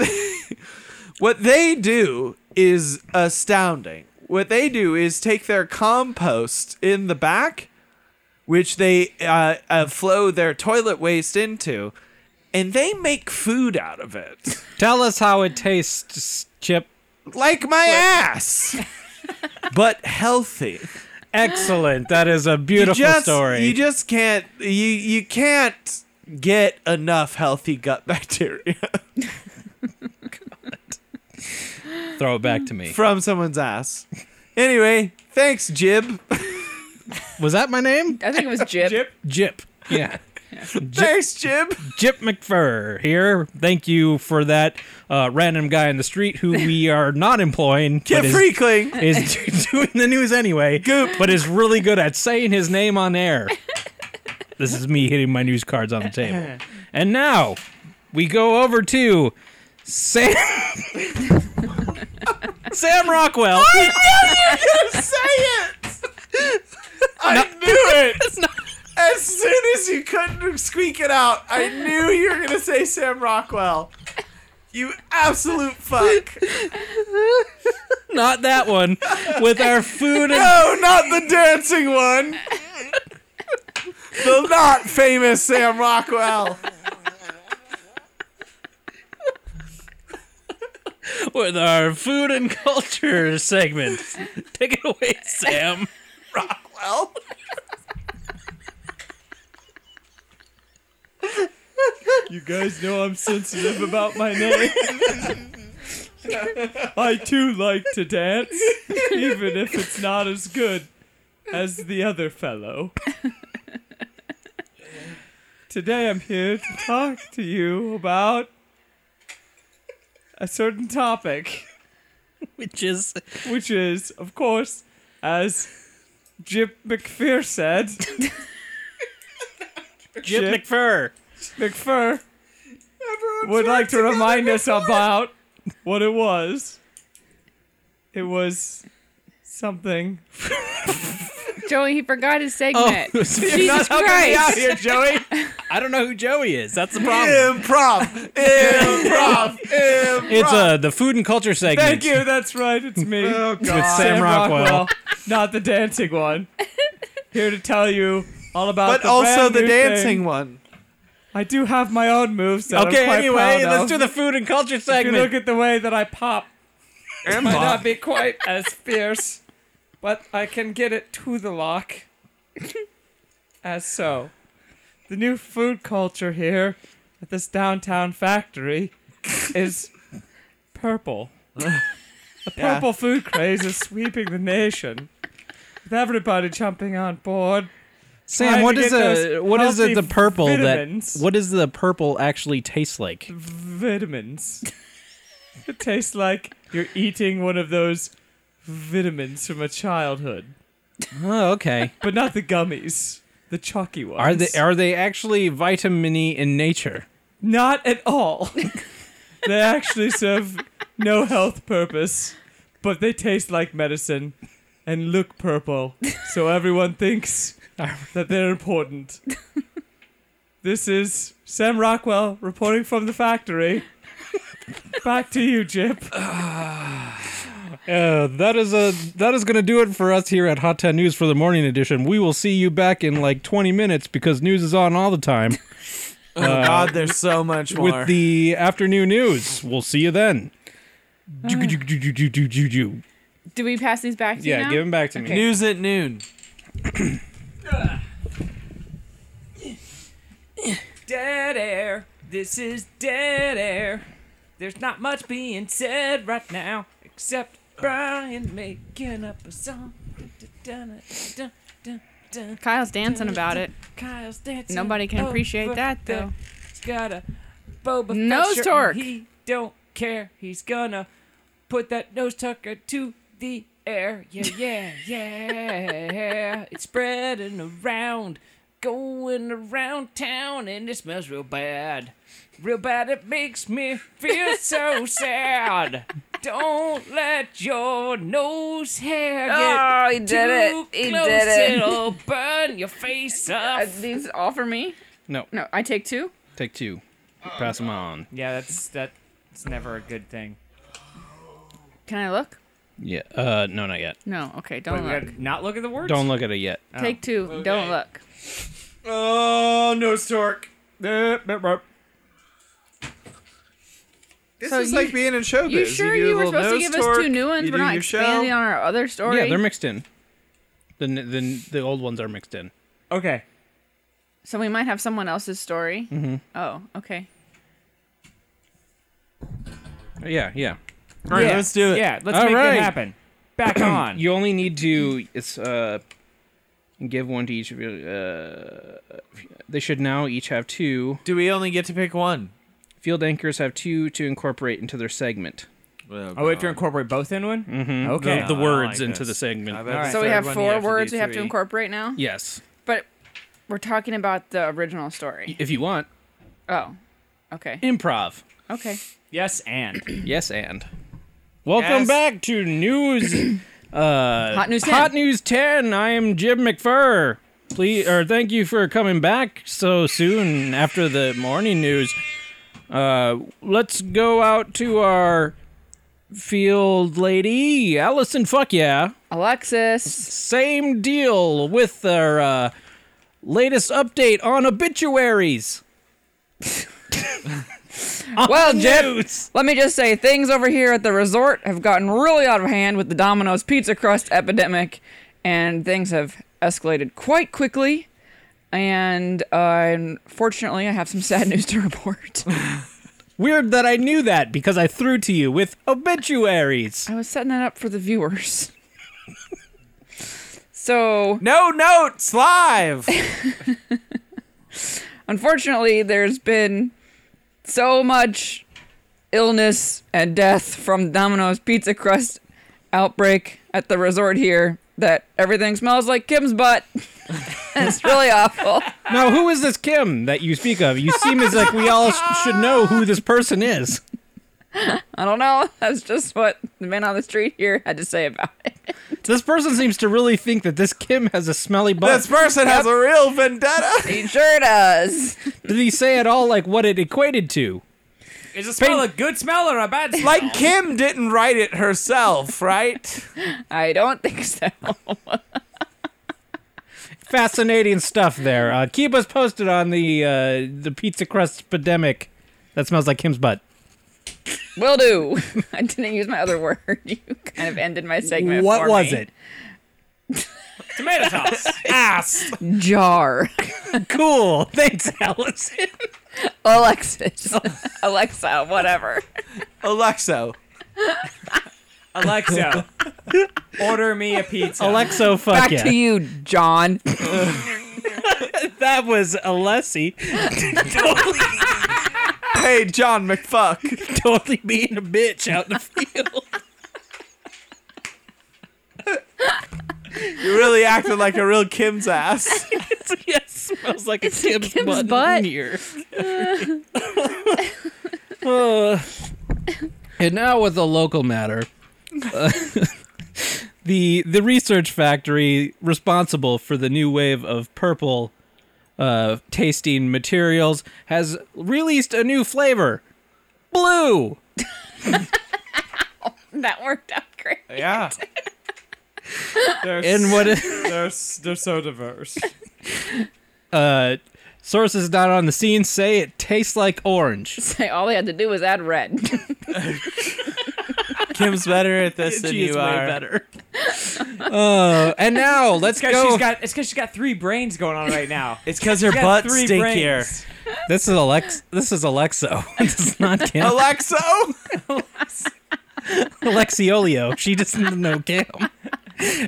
E: [laughs] what they do is astounding. What they do is take their compost in the back, which they uh, uh, flow their toilet waste into, and they make food out of it.
C: Tell us how it tastes, Chip.
E: Like my ass. But healthy.
C: Excellent. That is a beautiful
E: you just,
C: story.
E: You just can't you you can't get enough healthy gut [laughs] bacteria
C: Throw it back to me.
E: from someone's ass. Anyway, thanks, Jib.
C: Was that my name?
D: I think it was Jip.
C: Jip. Yeah.
E: Thanks, Jib.
C: [laughs] Jip McFur here. Thank you for that uh, random guy in the street who we are not employing.
E: Kip
C: but is- [laughs]
E: Freakling.
C: is doing the news anyway,
E: Goop.
C: but is really good at saying his name on air. This is me hitting my news cards on
B: [laughs]
C: the table. And now we go over to Sam [laughs] Sam
B: [laughs]
C: Rockwell.
E: Say it. I
C: [laughs]
E: knew it. As soon as you couldn't squeak it out, I knew you were gonna say Sam Rockwell. You absolute fuck.
C: Not that one. With our food and
E: No, not the dancing
C: [laughs]
E: one. The not famous Sam Rockwell.
C: with our food and culture segment. Take it away, Sam.
E: Well,
B: You guys know I'm sensitive about my name. I too like to dance, even if it's not as good as the other fellow. Today I'm here to talk to you about a certain topic.
C: which is
B: which is, of course, as Jip McPhee said,
C: Jip
B: Jip.
C: McFur.
B: McPhee would like to remind us about what it was. It was something.
G: Joey, he forgot his
D: [laughs]
C: Oh, [laughs]
G: segment.
D: Jesus Christ.
C: here, Joey. I don't know who Joey is. That's the problem.
E: Improv. Improv. Improv.
C: It's uh the food and culture segment.
B: Thank you. That's right. It's me.
E: Oh, God.
C: With Sam Rockwell.
B: not the dancing one. Here to tell you all about.
E: But
B: the
E: also
B: brand
E: the
B: new
E: dancing
B: thing.
E: one.
B: I do have my own moves. That
C: Okay,
B: I'm quite
C: anyway,
B: proud
C: let's
B: of.
C: do the food and culture
B: If you look
C: segment.
B: at the way that I pop,
E: And
B: might not be quite as fierce, but I can get it to the lock. As so. The new food culture here at this downtown factory is purple. The
E: Yeah.
B: purple food craze is sweeping the nation. With everybody jumping on board.
C: Sam,
B: trying
C: what
B: to get
C: is the
B: those
C: what is it
B: healthy
C: the purple
B: vitamins.
C: that what does the purple actually taste like?
B: vitamins. [laughs] it tastes like you're eating one of those vitamins from a childhood,
C: Oh, okay.
B: but not the gummies, the chalky ones.
C: [laughs] Are they are they actually vitamin E in nature?
B: not at all? [laughs] they actually serve no health purpose, but they taste like medicine and look purple, so everyone thinks that they're important. This is Sam Rockwell reporting from the factory. Back to you, Jip.
C: Uh, that is a that is gonna do it for us here at Hot Ten News for the morning edition. We will see you back in like 20 minutes because news is on all the [laughs] time
E: Oh God, there's so much more.
C: with the afternoon news. We'll see you then.
G: Do we pass these back to you?
C: Yeah,
G: now?
C: give him back to me.
E: News at noon.
F: Dead air. This is dead air. There's not much being said right now, except Brian making up a song. Dun-dun-dun-dun-dun.
G: Kyle's dancing about it.
F: Mm-hmm. Kyle's dancing.
G: Nobody can appreciate
F: over
G: that though.
F: there. He's got a Boba Fett
G: Nose
F: shirt
G: torque.
F: and He don't care. He's gonna put that nose tucker to the air. Yeah,
G: [laughs]
F: yeah, yeah. it's spreading around, going around town, and it smells real bad. Real bad. It makes me feel
G: [laughs]
F: so sad. Don't let your nose hair get
D: Oh, he
F: too
D: did it. He
F: close. [laughs]
D: [laughs] did it.
F: It'll burn your face
D: Uh,
F: up.
D: these all for me?
C: No,
D: No, I take two.
C: take two. Pass them on.
F: [laughs] Yeah, that's that's never a good thing.
D: Can I look?
C: Yeah. Uh, no, not yet.
D: No. Okay,
F: Wait,
D: don't
F: we
D: look.
F: gotta not look at the words.
C: Don't look at it yet.
D: Take two. Don't look.
E: Oh, nose torque.
B: Eh,
E: This
D: So
E: is
D: you-
E: like being in showbiz.
D: You sure
E: do a
D: you were
E: little
D: supposed to
E: nose
D: give us two
E: torque,
D: new ones?
E: you
D: We're
E: do
D: not
E: your show.
D: expanding on our other story.
C: Yeah, they're mixed in. The n- the n- the old ones are mixed in.
B: Okay.
D: so we might have someone else's story. Mm-hmm. Oh, okay.
C: Yeah, yeah.
E: All right, let's do it.
F: Yeah, let's
C: All
F: make
C: right.
F: it happen. Back on.
C: You only need to it's uh give one to each of you. Uh, they should now each have two.
E: Do we only get to pick one?
C: Field anchors have two to incorporate into their segment.
F: oh, we have to incorporate both in one. Mm-hmm. Okay.
C: The, the
E: I
C: words
E: like
C: into
E: this.
C: the segment.
E: All right.
D: So we have
E: Everyone, you
D: four
E: have to do
D: words we have to
E: three.
D: incorporate now.
C: Yes,
D: But we're talking about the original story.
C: if you want
D: Oh, okay.
C: improv.
D: Okay.
F: yes, and
C: Yes, and welcome
E: Yes.
C: back to news. Uh,
D: Hot News 10.
C: Hot News 10. I am Jim McFur. Please, or thank you for coming back so soon after the morning news. Uh, let's go out to our field lady, Allison. Fuck yeah.
D: Alexis.
C: Same deal with our uh, latest update on obituaries.
D: Well, Jim,
C: News.
D: let me just say things over here at the resort have gotten really out of hand with the Domino's pizza crust epidemic, and things have escalated quite quickly. And uh, unfortunately, I have some sad [laughs] news to report.
C: Weird that I knew that because I threw to you with obituaries.
D: I was setting that up for the viewers. [laughs] so,
E: No notes
D: [laughs]
E: live.
D: unfortunately, there's been so much illness and death from Domino's pizza crust outbreak at the resort here that everything smells like Kim's butt. [laughs] and it's really awful.
C: Now, who is this Kim that you speak of? You seem as like we all sh- should know who this person is.
D: I don't know. That's just what the man on the street here had to say about it.
C: This person seems to really think that this Kim has a smelly butt.
E: This person has a real
D: [laughs]
E: vendetta.
D: He sure does.
C: Did he say at all like what it equated to?
F: Is a smell a good smell or a bad smell?
E: Like Kim didn't write it herself,
D: [laughs]
E: right?
D: I don't think so.
C: Fascinating stuff there. Uh, keep us posted on the uh, the pizza crust pandemic that smells like Kim's butt.
D: Will do. [laughs] I didn't use my other word. [laughs] You kind of ended my segment.
C: What
D: for
C: was
D: me.
C: it?
F: [laughs] Tomato sauce.
E: Ass.
D: Jar. [laughs]
C: Cool. [laughs] Thanks, Allison.
D: Alexis. [laughs] Alexa, whatever.
E: Alexa.
F: Alexa, order me a pizza.
C: Alexo, fuck
D: Back
C: yeah.
D: to you, John. [laughs]
C: That was Alessi totally,
E: Hey, John McFuck.
C: totally being a bitch out in the [laughs] field.
E: You really acted like a real Kim's ass.
C: [laughs] yes, smells like
G: It's
C: a
G: a
C: Kim's,
G: Kim's
C: butt,
G: butt.
C: near. Uh, [laughs] and now with a local matter. Uh, [laughs] the the research factory responsible for the new wave of purple uh, tasting materials has released a new flavor, blue.
G: That worked out great.
B: Yeah. [laughs] They're,
C: And
G: [laughs]
C: what? It,
B: they're, s- they're so diverse.
C: uh, sources not on the scene say it tastes like orange.
D: [laughs] All they had to do was add red. [laughs]
E: Kim's better
C: [laughs]
E: at this than
C: She
E: you
C: is
E: are.
C: way [laughs] better. Uh, and now let's
F: It's 'cause
C: go.
F: she's got. It's because she's got three brains going on right now.
C: [laughs]
E: It's because her
F: She's got
E: butt's
F: three
E: stinkier.
F: brains.
C: this is Alex. This is Alexo. [laughs] this is not Kim.
E: Alexo?
C: Alexiolio. She doesn't know Kim.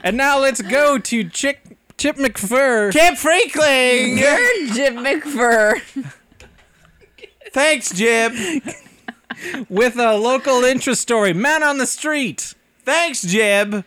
C: And now let's go to Chick Chip McFur.
E: Kim Franklin!
D: You're Jim McFur.
E: Thanks, Jib.
C: with a local interest story. Man on the street.
E: Thanks, Jib.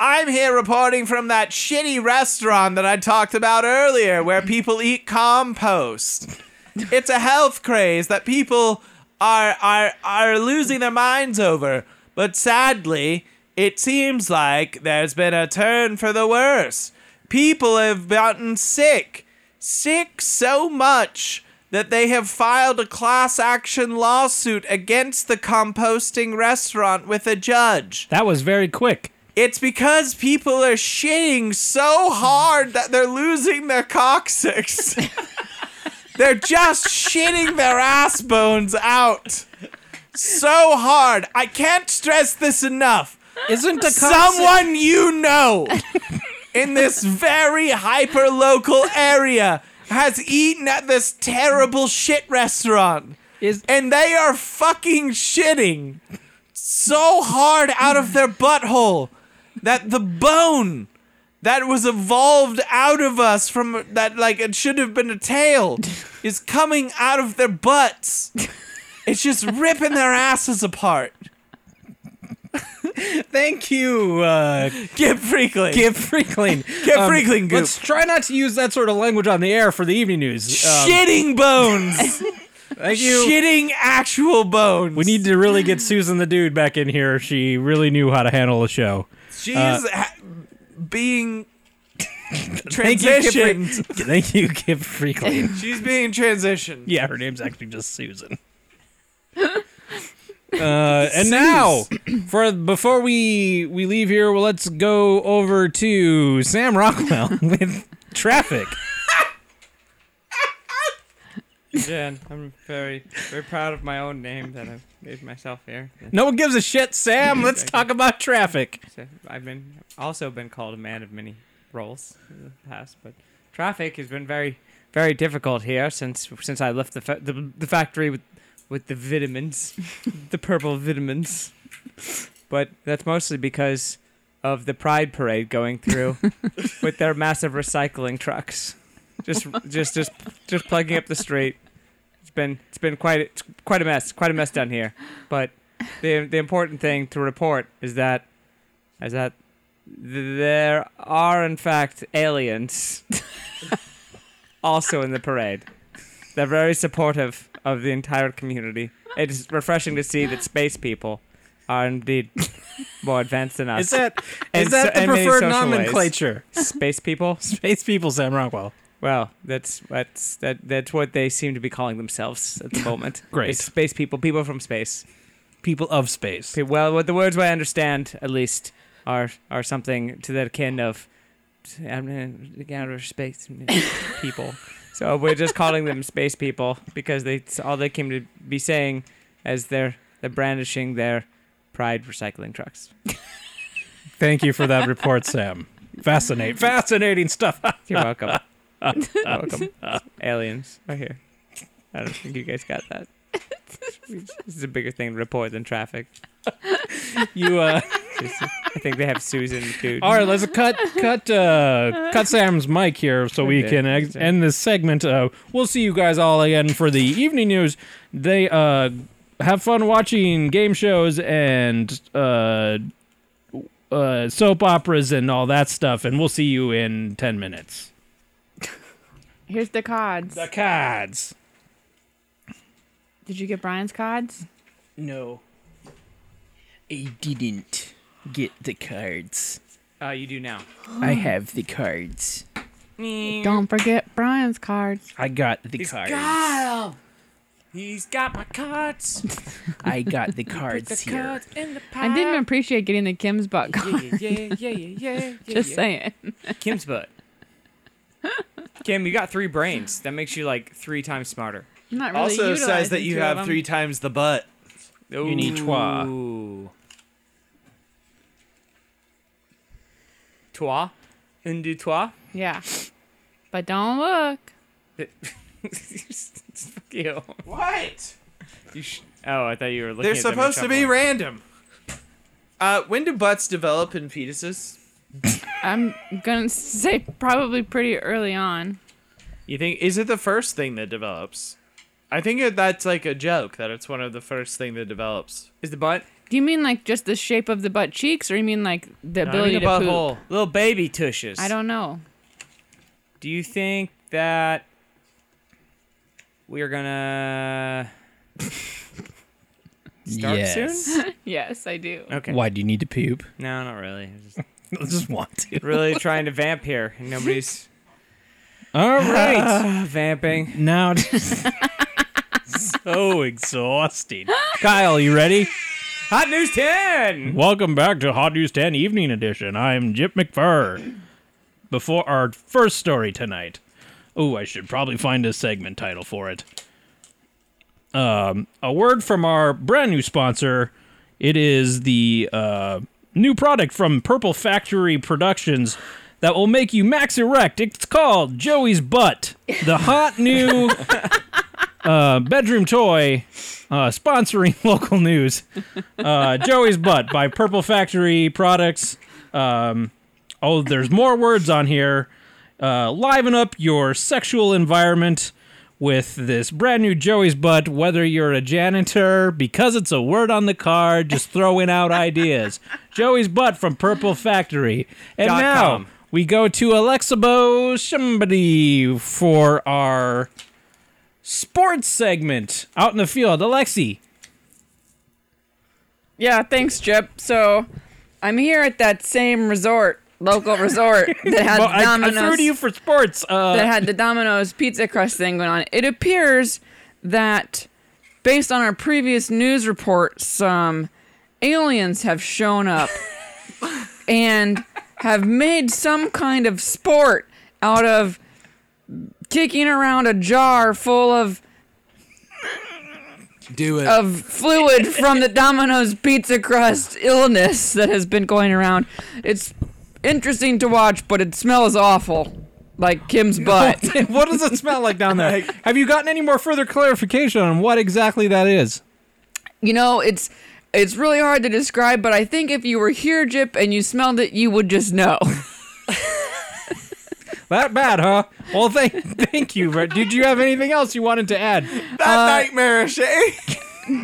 E: I'm here reporting from that shitty restaurant that I talked about earlier where people eat compost. It's a health craze that people are are are losing their minds over. But sadly, it seems like there's been a turn for the worse. People have gotten sick. Sick so much that they have filed a class action lawsuit against the composting restaurant with a judge.
C: That was very quick.
E: It's because people are shitting so hard that they're losing their coccyx. they're just shitting their ass bones out so hard. I can't stress this enough.
C: Isn't a
E: [laughs] Someone you know in this very hyper local area has eaten at this terrible shit restaurant
C: is
E: and they are fucking shitting so hard out of their butthole that the bone that was evolved out of us from that like it should have been a tail is coming out of their butts. It's just ripping their asses apart.
C: thank you, uh,
E: Get freakly.
C: Kip Freakling.
E: Kip Freakling Goop.
C: Let's try not to use that sort of language on the air for the evening news. Um,
E: shitting bones.
C: Thank you.
E: shitting actual bones.
C: We need to really get Susan the Dude back in here. She really knew how to handle a show.
E: She's ha- being
C: [laughs] Thank you, Kip Fre-
E: transitioned.
C: [laughs] Thank you, Kip Freakley. [laughs]
E: She's being transitioned.
C: Yeah, her name's actually just Susan. [laughs] Uh, and now, for before we we leave here, well, let's go over to Sam Rockwell [laughs] with traffic.
B: Jen, I'm very, very proud of my own name that I've made myself here.
C: No one gives a shit, Sam. [laughs] Let's talk about traffic.
B: So I've been also been called a man of many roles in the past, but traffic has been very, very difficult here since since I left the fa- the, the factory with with the vitamins, [laughs] the purple vitamins. But that's mostly because of the Pride Parade going through with their massive recycling trucks, just just just just plugging up the street. It's been it's been quite it's quite a mess, quite a mess down here. But the the important thing to report is that is that th- there are in fact aliens [laughs] also in the parade. They're very supportive of the entire community. It is refreshing to see that space people are indeed [laughs] more advanced than us.
C: Is [laughs] that
B: And
C: is that
B: so-
C: the
B: and many
C: preferred
B: social ways.
C: nomenclature?
B: Space people?
C: Space people, Sam Rockwell.
B: Well, that's that's that that's what they seem to be calling themselves
C: [laughs]
B: at the moment.
C: Great.
B: It's space people, people from space.
C: People of space.
B: Pe- Well, what the words I understand, at least, are are something to that kin of I'm in outer space [laughs] people. So we're just calling them space people because they it's all they came to be saying as they're they're brandishing their pride recycling trucks.
C: Thank you for that report, Sam. Fascinating, fascinating stuff.
B: You're [laughs] welcome. You're welcome. Aliens are here. I don't think you guys got that. This is a bigger thing to report than traffic.
C: you uh,
B: Just- I think they have Susan, dude.
C: all right. Let's cut cut uh, cut Sam's mic here so we
B: Okay.
C: can ex- end this segment. Uh, we'll see you guys all again for the evening news. They uh, have fun watching game shows and uh, uh, soap operas and all that stuff. And we'll see you in ten minutes.
G: Here's the cods.
C: The cards.
G: Did you get Brian's cods?
F: No. I didn't get the cards.
B: Uh, you do now.
F: I have the cards.
D: Mm.
G: Don't forget Brian's cards.
F: I got the cards.
B: He's got my cards.
F: I got the cards here.
B: in the
G: I
D: Ah.
G: didn't appreciate getting the Kim's butt card. [laughs]
B: yeah, yeah, yeah, yeah.
G: Just saying.
B: Kim's butt. Kim, you got three brains. That makes you like three times smarter.
G: I'm not really
E: Also says
G: utilizing
E: that you
G: two of
E: have
G: them.
E: three times the butt.
B: Ooh.
C: need trois.
B: Trois? Un, deux, trois?
G: Yeah. But don't look.
B: [laughs] Fuck you.
E: What?
B: you sh- oh, I thought you were looking
E: They're
B: at them in
E: supposed to be
B: trouble.
E: random. Uh, when do butts develop in fetuses?
G: I'm gonna say probably pretty early on.
E: You think is it the first thing that develops? I think it- that's like a joke that it's one of the first thing that develops.
B: Is the butt?
G: Do you mean like just the shape of the butt cheeks, or you mean like the
E: I
G: ability
E: mean,
G: to
E: a
G: poop?
E: butthole.
B: Little baby tushes.
G: I don't know.
B: Do you think that we are
C: [laughs]
B: gonna start [laughs] soon?
G: Yes, I do.
B: Okay.
C: Why do you need to poop?
B: No, not really. I just
C: [laughs] I just want to.
B: really trying to vamp here. and Nobody's
C: [laughs] All right.
B: Ah, vamping.
C: now, so exhausting. Kyle, you ready?
B: Hot news ten.
C: Welcome back to Hot News 10 Evening Edition. I'm Jip McFur. Before our first story tonight. Oh, I should probably find a segment title for it. Um, a word from our brand new sponsor. It is the uh, new product from Purple Factory Productions that will make you max erect. It's called Joey's Butt, the hot new [laughs] uh, bedroom toy uh, sponsoring [laughs] local news uh, Joey's Butt by Purple Factory Products. Um, oh, there's more words on here. Uh, liven up your sexual environment with this brand new Joey's Butt, whether you're a janitor, because it's a word on the card, just throwing out ideas. Joey's Butt from Purple Factory. And
B: Dot
C: now
B: com.
C: we go to Alexabo somebody for our sports segment out in the field. Alexi,
D: Yeah, thanks, Jip. So I'm here at that same resort, local resort that had
C: well,
D: the
C: I, I
D: Domino's
C: threw to you for sports. Uh,
D: that had the Domino's pizza crust thing going on. It appears that based on our previous news report, some aliens have shown up and have made some kind of sport out of kicking around a jar full of
E: Do it.
D: of fluid from the Domino's pizza crust illness that has been going around. It's interesting to watch, but it smells awful. Like Kim's butt.
C: [laughs] what does it smell like down there? Have you gotten any more further clarification on what exactly that is?
D: you know, it's it's really hard to describe, but I think if you were here, Jip, and you smelled it, you would just know.
C: That bad, huh? Well, thank, thank you. Brett. Did you have anything else you wanted to add?
E: That nightmarish, eh?
D: [laughs]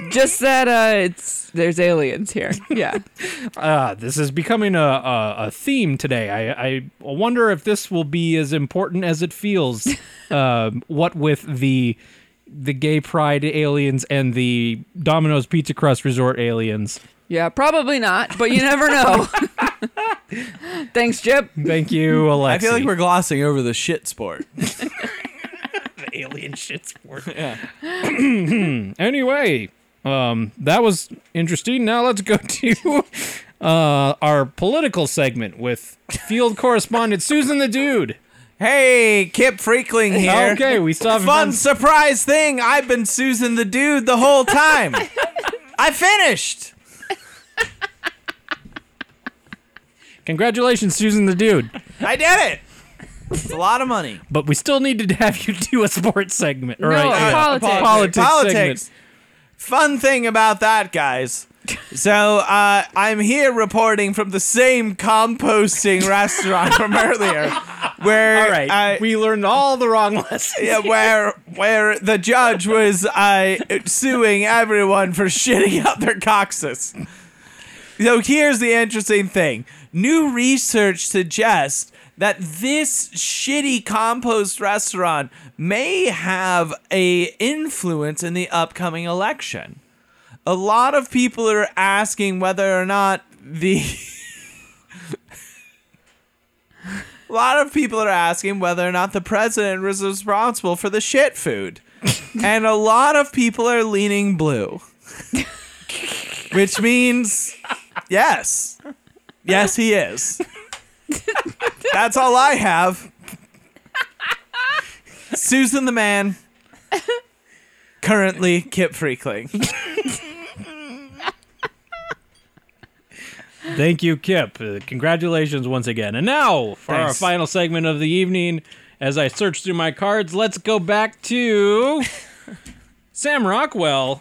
D: Just that uh, it's there's aliens here. Yeah.
C: Uh, this is becoming a, a, a theme today. I, I wonder if this will be as important as it feels. um, what with the the gay pride aliens and the Domino's Pizza Crust Resort aliens.
D: Yeah, probably not, but you never know. [laughs] Thanks, Chip.
C: Thank [laughs] you, Alexi.
E: I feel like we're glossing over the shit sport. [laughs]
C: the alien shit sport. Yeah. anyway, um, that was interesting. Now let's go [laughs] to uh, our political segment with field correspondent Susan the Dude.
E: Hey, Kip Freakling here.
C: Okay, we still haven't
E: Fun
C: done-
E: surprise thing. I've been Susan the dude the whole
C: [laughs]
E: time. I finished.
C: Congratulations, Susan the Dude.
E: I did it. It's a lot of money.
C: But we still needed to have you do a sports segment. All
G: No,
C: right.
D: uh,
G: a politics.
C: Politics.
E: Politics.
C: Segment.
E: Fun thing about that, guys. So uh, I'm here reporting from the same composting [laughs] restaurant from earlier, where
C: All right.
E: I-
C: we learned all the wrong [laughs] lessons.
E: yeah, where where the judge was uh, suing everyone for shitting out their coccyx. So here's the interesting thing: new research suggests that this shitty compost restaurant may have a influence in the upcoming election. A lot of people are asking whether or not the A lot of people are asking whether or not the president was responsible for the shit food. and a lot of people are leaning blue. Which means yes. Yes, he is. That's all I have. Susan the man. Currently Kip Freakling.
C: Thank you, Kip. Uh, congratulations once again. And now for our
E: Thanks.
C: final segment of the evening. As I search through my cards, let's go back
B: [laughs]
C: to Sam Rockwell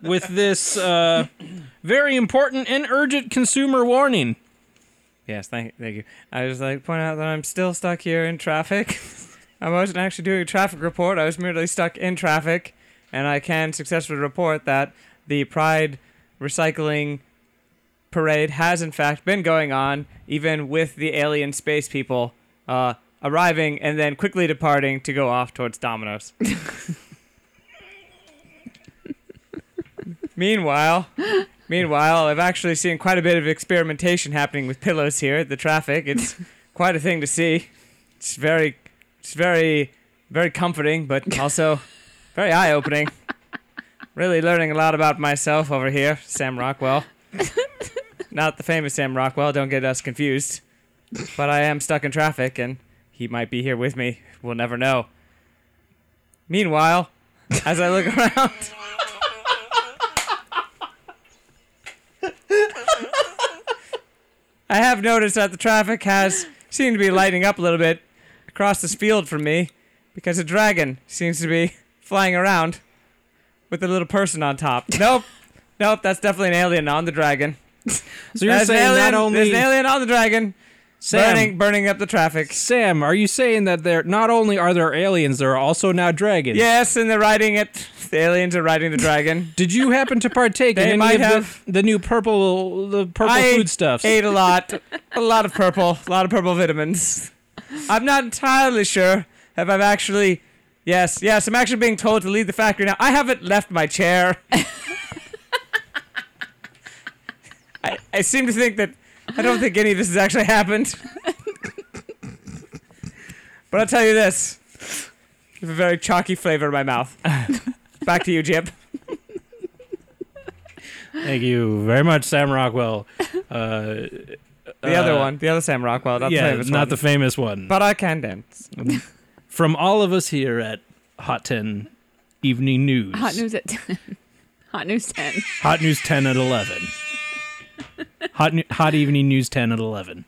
C: with this uh, very important and urgent consumer warning.
B: Yes, thank, thank you. I just like to point out that I'm still stuck here in traffic. [laughs] I wasn't actually doing a traffic report. I was merely stuck in traffic, and I can successfully report that the Pride Recycling Parade has in fact been going on, even with the alien space people uh, arriving and then quickly departing to go off towards Domino's. Meanwhile, Meanwhile, I've actually seen quite a bit of experimentation happening with pillows here at the traffic. It's quite a thing to see. It's very, it's very, very comforting, but also very eye-opening. Really learning a lot about myself over here, Sam Rockwell. Not the famous Sam Rockwell. Don't get us confused. But I am stuck in traffic, and he might be here with me. We'll never know. Meanwhile, as I look around. I have noticed that the traffic has seemed to be lighting up a little bit across this field from me because a dragon seems to be flying around with a little person on top.
C: [laughs]
B: Nope. Nope, that's definitely an alien on the dragon.
C: So you're
B: There's an
C: saying
B: alien,
C: not
B: there's
C: only
B: an alien on the dragon
C: Sam,
B: burning burning up the traffic.
C: Sam, are you saying that there not only are there aliens, there are also now dragons?
B: Yes, and they're riding it. The aliens are riding the dragon.
C: Did you happen to partake in
B: They
C: any
B: might
C: of the-
B: have.
C: The, new purple the purple
B: I
C: foodstuffs?
B: Ate a lot, a lot of purple, a lot of purple vitamins. I'm not entirely sure if I've actually. Yes, yes, I'm actually being told to leave the factory now. I haven't left my
C: [laughs]
B: chair. I, I seem to think that I don't think any of this has actually happened. but I'll tell you this: I have a very chalky flavor in my
C: [laughs]
B: mouth. Back to you, Jib.
C: Thank you very much,
G: [laughs]
C: Sam Rockwell. Uh,
B: The other
C: Uh,
B: one, the other Sam Rockwell, not the
C: yeah,
B: famous
C: not
B: one.
C: the famous one.
B: but I can dance.
C: From all of us here at Hot 10 Evening News.
G: Hot news at
D: [laughs]
G: 10. Hot news 10.
C: Hot News 10
G: [laughs]
C: at 11. Hot, nu- hot Evening News 10 at 11.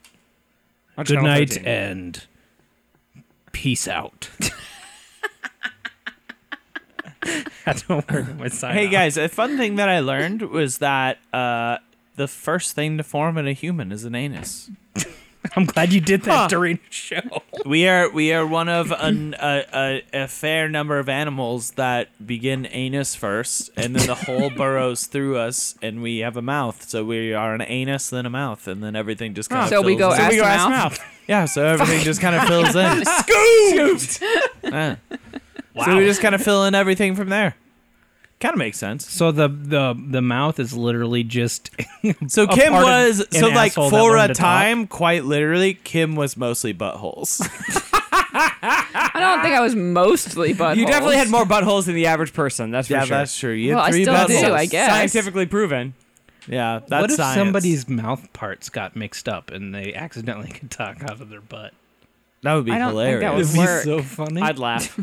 B: On
C: Good
B: Channel
C: night
B: 13.
C: and
G: [laughs]
C: peace out. [laughs] That's what we're going with.
E: Hey guys, a fun thing that I learned was that uh, the first thing to form in a human is an anus.
C: I'm glad you did that
E: Huh.
C: during the show.
E: We are we are one of an, a, a a fair number of animals that begin anus first, and then the
C: [laughs]
E: whole burrows through us, and we have a mouth. So we are an anus, then a mouth, and then everything just kind of
H: So we go
E: in.
H: ass to mouth.
E: yeah. So everything
H: [laughs]
E: just kind of fills in. Scooped. [laughs] Yeah. So we just kind of fill in everything from there. Kind of makes sense.
C: So the the the mouth is literally [laughs] just
E: So
C: a
E: Kim
C: part of
E: was
C: an
E: so like
C: asshole that
E: for
C: learned
E: a
C: to talk.
E: time, quite literally, Kim was mostly buttholes.
C: [laughs]
H: I don't think I was mostly buttholes.
B: You definitely had more buttholes than the average person. That's for
E: yeah,
B: sure.
E: that's true. You had
H: Well, I
E: three
H: still
E: buttholes.
H: do, I guess.
B: Scientifically proven.
E: Yeah, that's
C: what if
E: science.
C: somebody's mouth parts got mixed up and they accidentally [laughs] could talk out of their butt?
E: That would be
H: I don't think
E: hilarious.
H: that would
C: It'd be
H: work.
C: so funny.
B: I'd
H: [laughs]
B: laugh.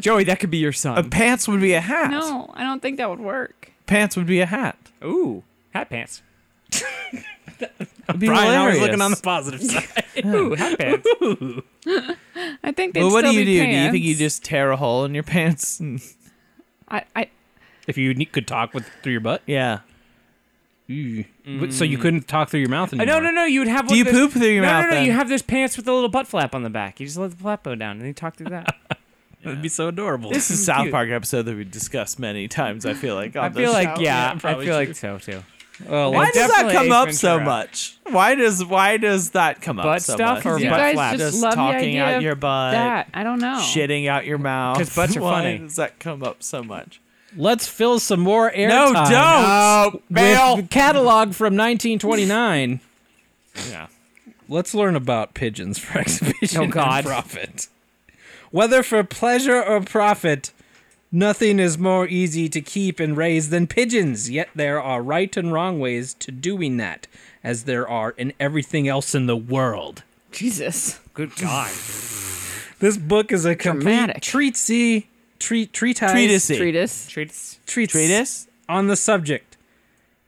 B: Joey, that could be your
E: a
B: son.
E: pants would be a hat.
D: No, I don't think that would work.
E: Pants would be a hat.
B: Ooh, hat pants.
E: It'd be
C: Brian, I was
E: hilarious.
C: looking on the
B: [laughs]
C: positive side.
B: Ooh, hat
E: [laughs]
B: pants.
D: I think they'd
E: But what
D: still
E: do you
D: be
E: do?
D: Pants.
E: Do you think you just tear a hole in your
B: [laughs]
E: pants? And-
D: I, I
C: if you ne- could talk with through your butt,
E: yeah. Mm.
C: Ooh. But- so you couldn't talk through your mouth
B: Uh,
C: anymore.
B: no, no, no. You would have.
E: Do you
B: those-
E: poop through your
B: no,
E: mouth?
B: No, no,
E: then?
B: You have those pants with a little butt flap on the back. You just let the flap go down, and you talk through
E: [laughs]
B: that.
C: It'd be so adorable.
B: [laughs]
E: This is a South Park episode that we discussed many times. I feel like. On
B: I
E: this
B: feel like
E: show.
B: yeah. I
C: probably
B: feel like so too.
C: Well,
E: Why
B: it's
E: does that
B: definitely
E: come
B: Ace
E: up so
B: Ventura.
E: much? Why does why does that come up
B: Butt
E: so
B: stuff
E: much?
B: or
D: you
B: butt
D: guys
B: flap.
D: just
E: Just
D: love the
E: talking
D: idea
E: out
D: of
E: your butt,
D: that. I don't know.
E: shitting out your mouth.
B: 'Cause butts are
E: why
B: funny.
E: Does that come up so much?
C: let's fill some more air.
E: No,
C: time
E: don't.
C: With the catalog from 1929.
E: Yeah.
C: Let's learn about pigeons for [laughs] exhibition
B: Oh, God.
C: and profit. Whether for pleasure or profit, nothing is more easy to keep and raise than pigeons. Yet there are right and wrong ways to doing that, as there are in everything else in the world.
H: Jesus.
B: Good God.
C: This book is a complete
H: Dramatic.
C: treatsy, treat, treatise,
E: Treatise.
H: Treatise.
B: Treats.
C: treats-
E: Treatise.
C: on the subject.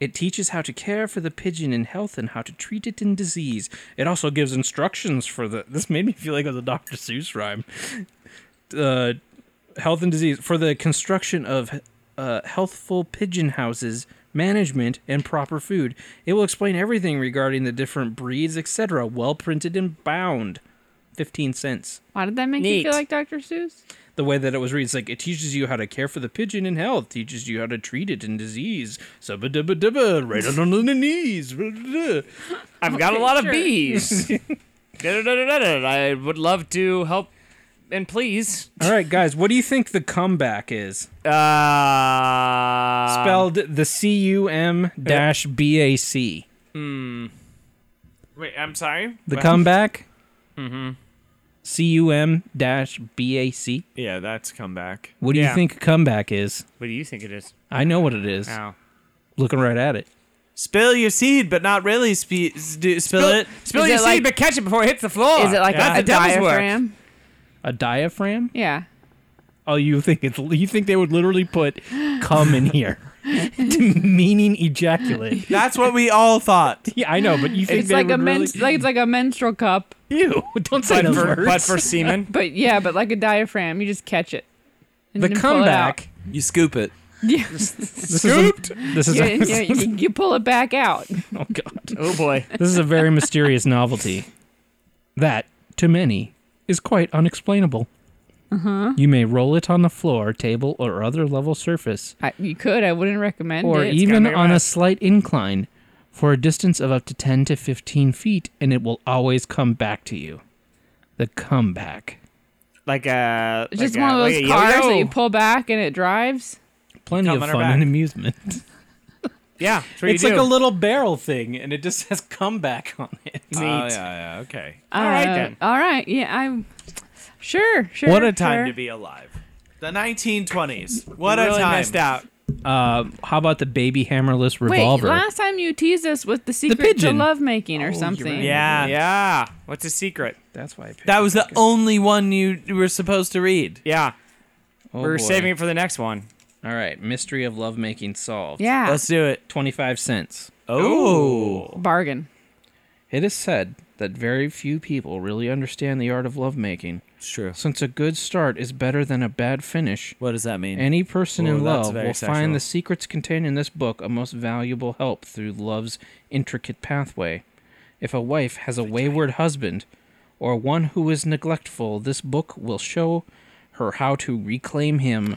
C: It teaches how to care for the pigeon in health and how to treat it in disease. It also gives instructions for the. This made me feel like it was a Dr. Seuss rhyme. Uh, health and disease for the construction of uh, healthful pigeon houses, management, and proper food. It will explain everything regarding the different breeds, etc. Well printed and bound. Fifteen cents
D: Why did that make you
B: Neat.
D: feel like Dr. Seuss?
C: the way that it was reads like it teaches you how to care for the pigeon in health teaches you how to treat it in disease subba dubba dubba right on the knees Blah, blah, blah.
B: I've got a lot of
H: [laughs]
D: sure.
B: bees. Da-da-da-da-da-da. I would love to help and please.
C: all right guys what do you think the comeback is
B: Uh,
C: spelled the c-u-m dash b-a-c
E: Wait, I'm sorry.
C: the comeback mm-hmm c-u-m dash b-a-c
E: Yeah, that's come back.
C: what do you
B: Yeah.
C: think comeback is
B: What do you think it is?
C: i know what it is
E: Oh.
B: Ow.
C: looking right at it
E: Spill your seed, but not really spe- s- do- spill, it.
B: Spill
H: Is
B: your
H: it
B: seed,
H: like-
B: but catch it before it hits the floor.
H: Is it like
B: That's
H: a, a
B: the devil's work.
H: diaphragm?
C: a diaphragm
D: Yeah.
C: Oh, you think it's you think they would literally put "come" in here, [laughs] meaning ejaculate?
E: That's what we all thought.
C: Yeah, I know, but you think
D: It's
C: they
D: like a
C: would really?
D: men- like it's like a menstrual cup,
C: [laughs] Ew! Don't say
B: But
C: those
B: for,
C: words.
B: but
C: [laughs]
B: for
D: [laughs]
B: semen.
D: but yeah, but like a diaphragm, you just catch it. and
C: the
D: then pull it [laughs] out.
C: comeback,
E: You scoop it.
D: Yeah.
C: this is a, this is
D: you, [laughs]
C: a,
D: you, you, you pull it back out.
C: oh god,
B: Oh boy.
C: [laughs] this is a very mysterious novelty that, to many, is quite unexplainable. Uh-huh. You may roll it on the floor, table, or other level surface.
D: I, you could. I wouldn't recommend
C: or
D: it.
C: even
B: gotta be
C: on a
B: wet.
C: slight incline for a distance of up to 10 to 15 feet, and it will always come back to you. The comeback.
B: Like a.
D: It's just
B: like
D: one
B: a-
D: of those
B: like a
D: cars that you
B: yo-yo.
D: pull back and it drives.
C: Plenty
E: Come on
C: of
E: her
C: fun
E: back.
C: and amusement. [laughs]
B: Yeah, that's what you do.
C: little barrel thing, and it just [laughs] says comeback on it.
E: Oh, yeah, yeah, okay.
B: All right, then.
D: Uh, All right. Yeah. I'm sure. Sure.
E: What a time
D: sure.
E: to be alive. The 1920s. What
B: You
E: a
B: really
E: time.
B: missed out.
C: Uh, how about the baby hammerless revolver?
D: Wait, last time you teased us with the secret to
C: pigeon.
D: lovemaking or something.
E: Yeah.
B: Yeah. What's the secret?
C: That's why I picked
E: That was the only one you were supposed to read.
B: Yeah.
C: oh,
B: We're
C: boy.
B: saving it for the next one.
C: All right, mystery of lovemaking solved.
D: Yeah.
E: Let's do it.
C: 25 cents.
E: Oh.
D: Bargain.
C: It is said that very few people really understand the art of lovemaking.
E: It's true.
C: Since a good start is better than a bad finish,
E: What does that mean?
C: any person
E: Ooh,
C: in
E: that's
C: love
E: very
C: will
E: sexual.
C: find the secrets contained in this book a most valuable help through love's intricate pathway. If a wife has a wayward husband or one who is neglectful, this book will show her how to reclaim him.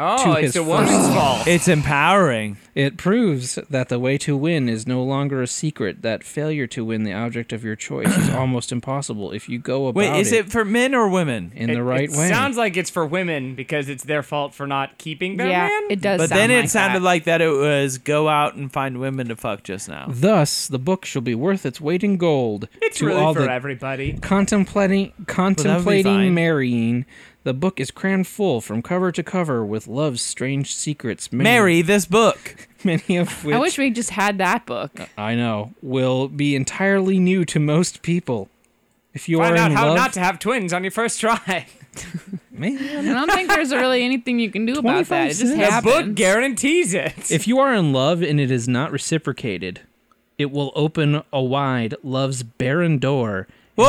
I: Oh,
C: To
I: it's
C: his
I: a woman's fault.
E: It's empowering.
C: It proves that the way to win is no longer a secret, that failure to win the object of your
I: [coughs]
C: choice is almost impossible if you go about
E: Wait, is
C: it,
E: it for men or women?
C: in the right
I: it
C: way.
I: Sounds like it's for women because it's their fault for not keeping their
G: yeah,
I: man.
G: it does.
E: But
G: sound
E: then it
G: like
E: sounded
G: that.
E: like that it was go out and find women to fuck just now.
C: Thus, the book shall be worth its weight in gold
I: it's
C: to
I: really
C: all
I: for
C: the
I: everybody.
C: contemplating contemplating
E: fine.
C: marrying. The book is crammed full from cover to cover with love's strange secrets. Many,
E: Marry this book.
C: [laughs] many of which
G: I wish we just had that book.
C: I know will be entirely new to most people. If you
I: Find
C: are
I: out
C: in
I: how
C: love,
I: not to have twins on your first try.
C: man,
G: I don't think there's really anything you can do about
C: 25
G: that. It
B: [laughs]
G: just
C: cents.
I: The
G: happens.
I: book guarantees it.
C: if you are in love and it is not reciprocated, it will open a wide love's barren door
E: Whoa.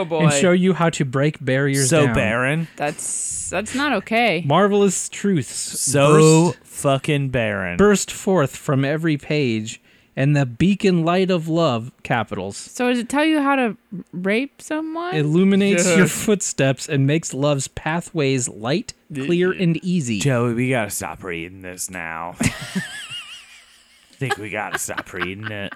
I: oh boy.
C: and show you how to break barriers.
E: So
C: down.
E: barren.
G: That's that's not okay.
C: Marvelous truths. burst-
E: So fucking barren.
C: burst forth from every page, and the beacon light of love, capitals,
G: So does it tell you how to rape someone?
C: illuminates your footsteps and makes love's pathways light, clear, and easy.
E: Joey, we gotta stop reading this [laughs] now. I think we gotta stop reading it.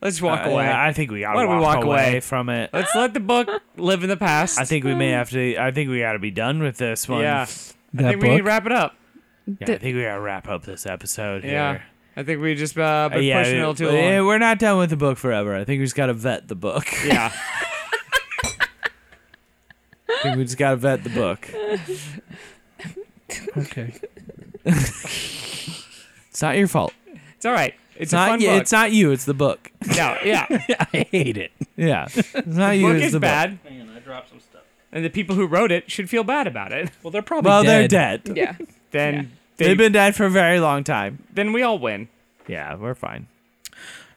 I: Let's walk
E: Uh,
I: away.
E: I think we gotta
I: Why
E: walk,
I: don't we walk
E: away?
I: away?
E: from it.
I: Let's let the book live in the past.
E: I think we may have to. I think we gotta be done with this one.
I: yeah. I
C: That
I: think we need to
C: book?
I: wrap it up.
E: Yeah, I think we gotta wrap up this episode here.
I: Yeah. I think we just uh,
E: Uh,
I: been
E: yeah,
I: pushing it a little too long.
E: [laughs] yeah, we're not done with the book forever. I think we just gotta vet the [laughs] book.
I: yeah.
E: I think we just gotta vet the book.
C: Okay.
E: It's not your fault.
I: It's all right. It's,
E: It's
I: a
E: not.
I: fun
E: you,
I: book.
E: It's not you. It's the book.
I: no, yeah.
C: I hate it.
E: [laughs] Yeah, it's not you.
I: book
E: it's
I: is
E: the Book.
I: bad,
C: Man, I dropped some stuff.
I: and the people who wrote it should feel bad about
C: [laughs]
I: it.
C: Well, they're probably
E: Well, they're dead.
D: Yeah.
I: Then
E: They,
I: they,
E: have been dead for a very long time.
I: then we all win.
E: Yeah, we're fine.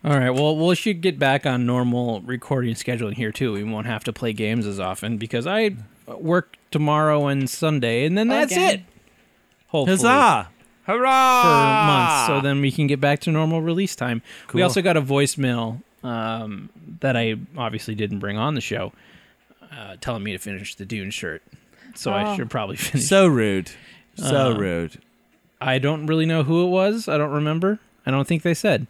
C: All right. Well, we should get back on normal recording scheduling here too. We won't have to play games as often because I work tomorrow and Sunday, and then that's
G: Again.
C: it. Hopefully.
E: Huzzah!
I: Hurrah!
C: for months, so then we can get back to normal release time. We
E: Ah. Cool.
C: also got a voicemail um, that I obviously didn't bring on the show, uh, telling me to finish the Dune shirt. So I
G: Oh.
C: should probably [laughs] finish.
E: So rude. So
C: Uh,
E: rude.
C: I don't really know who it was. I don't remember. I don't think they said,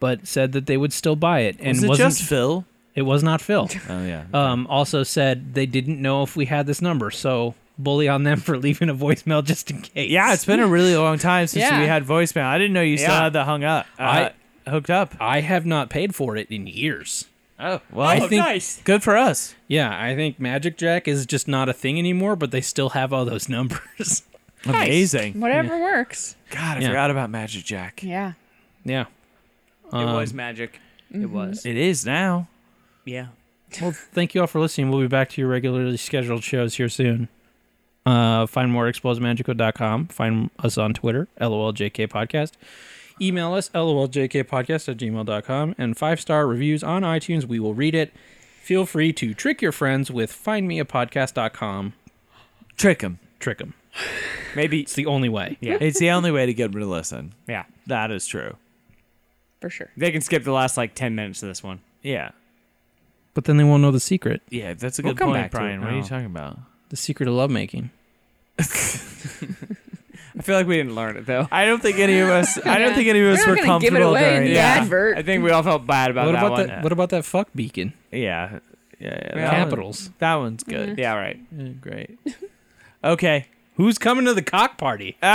C: but said that they would still buy it, and
E: Was it
C: wasn't.
E: just Phil?
C: it was not
E: [laughs]
C: Phil.
E: Oh yeah.
C: Um, also said they didn't know if we had this number, so bully on them [laughs] for leaving a voicemail just in case.
E: yeah, it's been a really long time since
G: Yeah.
E: we had voicemail. I didn't know you still
I: Yeah.
E: had the hung up. Uh, hooked up.
C: I have not paid for it in years.
E: Oh well.
C: I think
I: nice.
E: good for us.
C: Yeah, I think Magic Jack is just not a thing anymore, but they still have all those [laughs] numbers.
E: Amazing.
D: Whatever works.
E: God, I
C: Yeah.
E: forgot about Magic Jack.
D: Yeah.
C: yeah.
I: It
C: Um,
I: was magic. It
C: Mm-hmm.
I: was.
E: It is now.
I: Yeah.
C: well, thank you all for listening. We'll be back to your regularly scheduled shows here soon. Uh, find more at explosemagico.com. Find us on Twitter, LOLJK Podcast. Email us, LOLJKPodcast at gmail.com. And five star reviews on iTunes. We will read it. Feel free to trick your friends with findmeapodcast.com.
E: Trick him.
C: Trick them.
I: Maybe.
C: It's the only way.
I: Yeah.
E: It's the only way to get rid of listen.
I: Yeah.
E: That is true.
D: For sure.
I: They can skip the last like ten minutes of this one.
E: Yeah.
C: But then they won't know the secret
E: Yeah, that's a
I: We'll
E: good
I: come
E: point, Oh.
I: back to it
E: Brian. What are you
I: now.
E: talking about?
C: the secret of lovemaking.
I: I feel like we didn't learn it though.
E: I don't think any of us. I don't
D: [laughs]
G: Yeah.
E: think any of
D: We're
E: us
D: not
E: were
D: gonna
E: comfortable
D: give it away in
E: during.
D: the
E: Yeah.
D: advert.
I: I think we all felt bad about
C: what
I: that
C: about
I: one.
C: that? What about that fuck beacon?
E: Yeah. Yeah.
I: Yeah.
E: that one-
C: Capitals.
E: that one's good.
I: Yeah, right.
E: Yeah, Great.
D: Mm-hmm.
E: Okay.
C: Who's coming to the cock party?
E: Ah,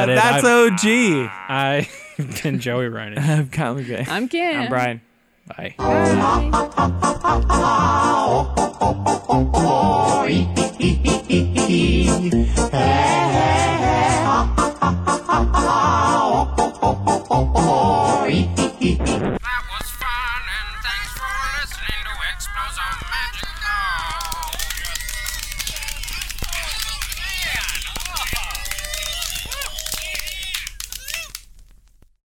C: Ah, you said it.
E: That's OG.
C: I [laughs] and Joey Ryan.
E: I'm Comic Gay.
D: I'm Kim.
I: I'm Brian.
C: Bye.
J: Hey,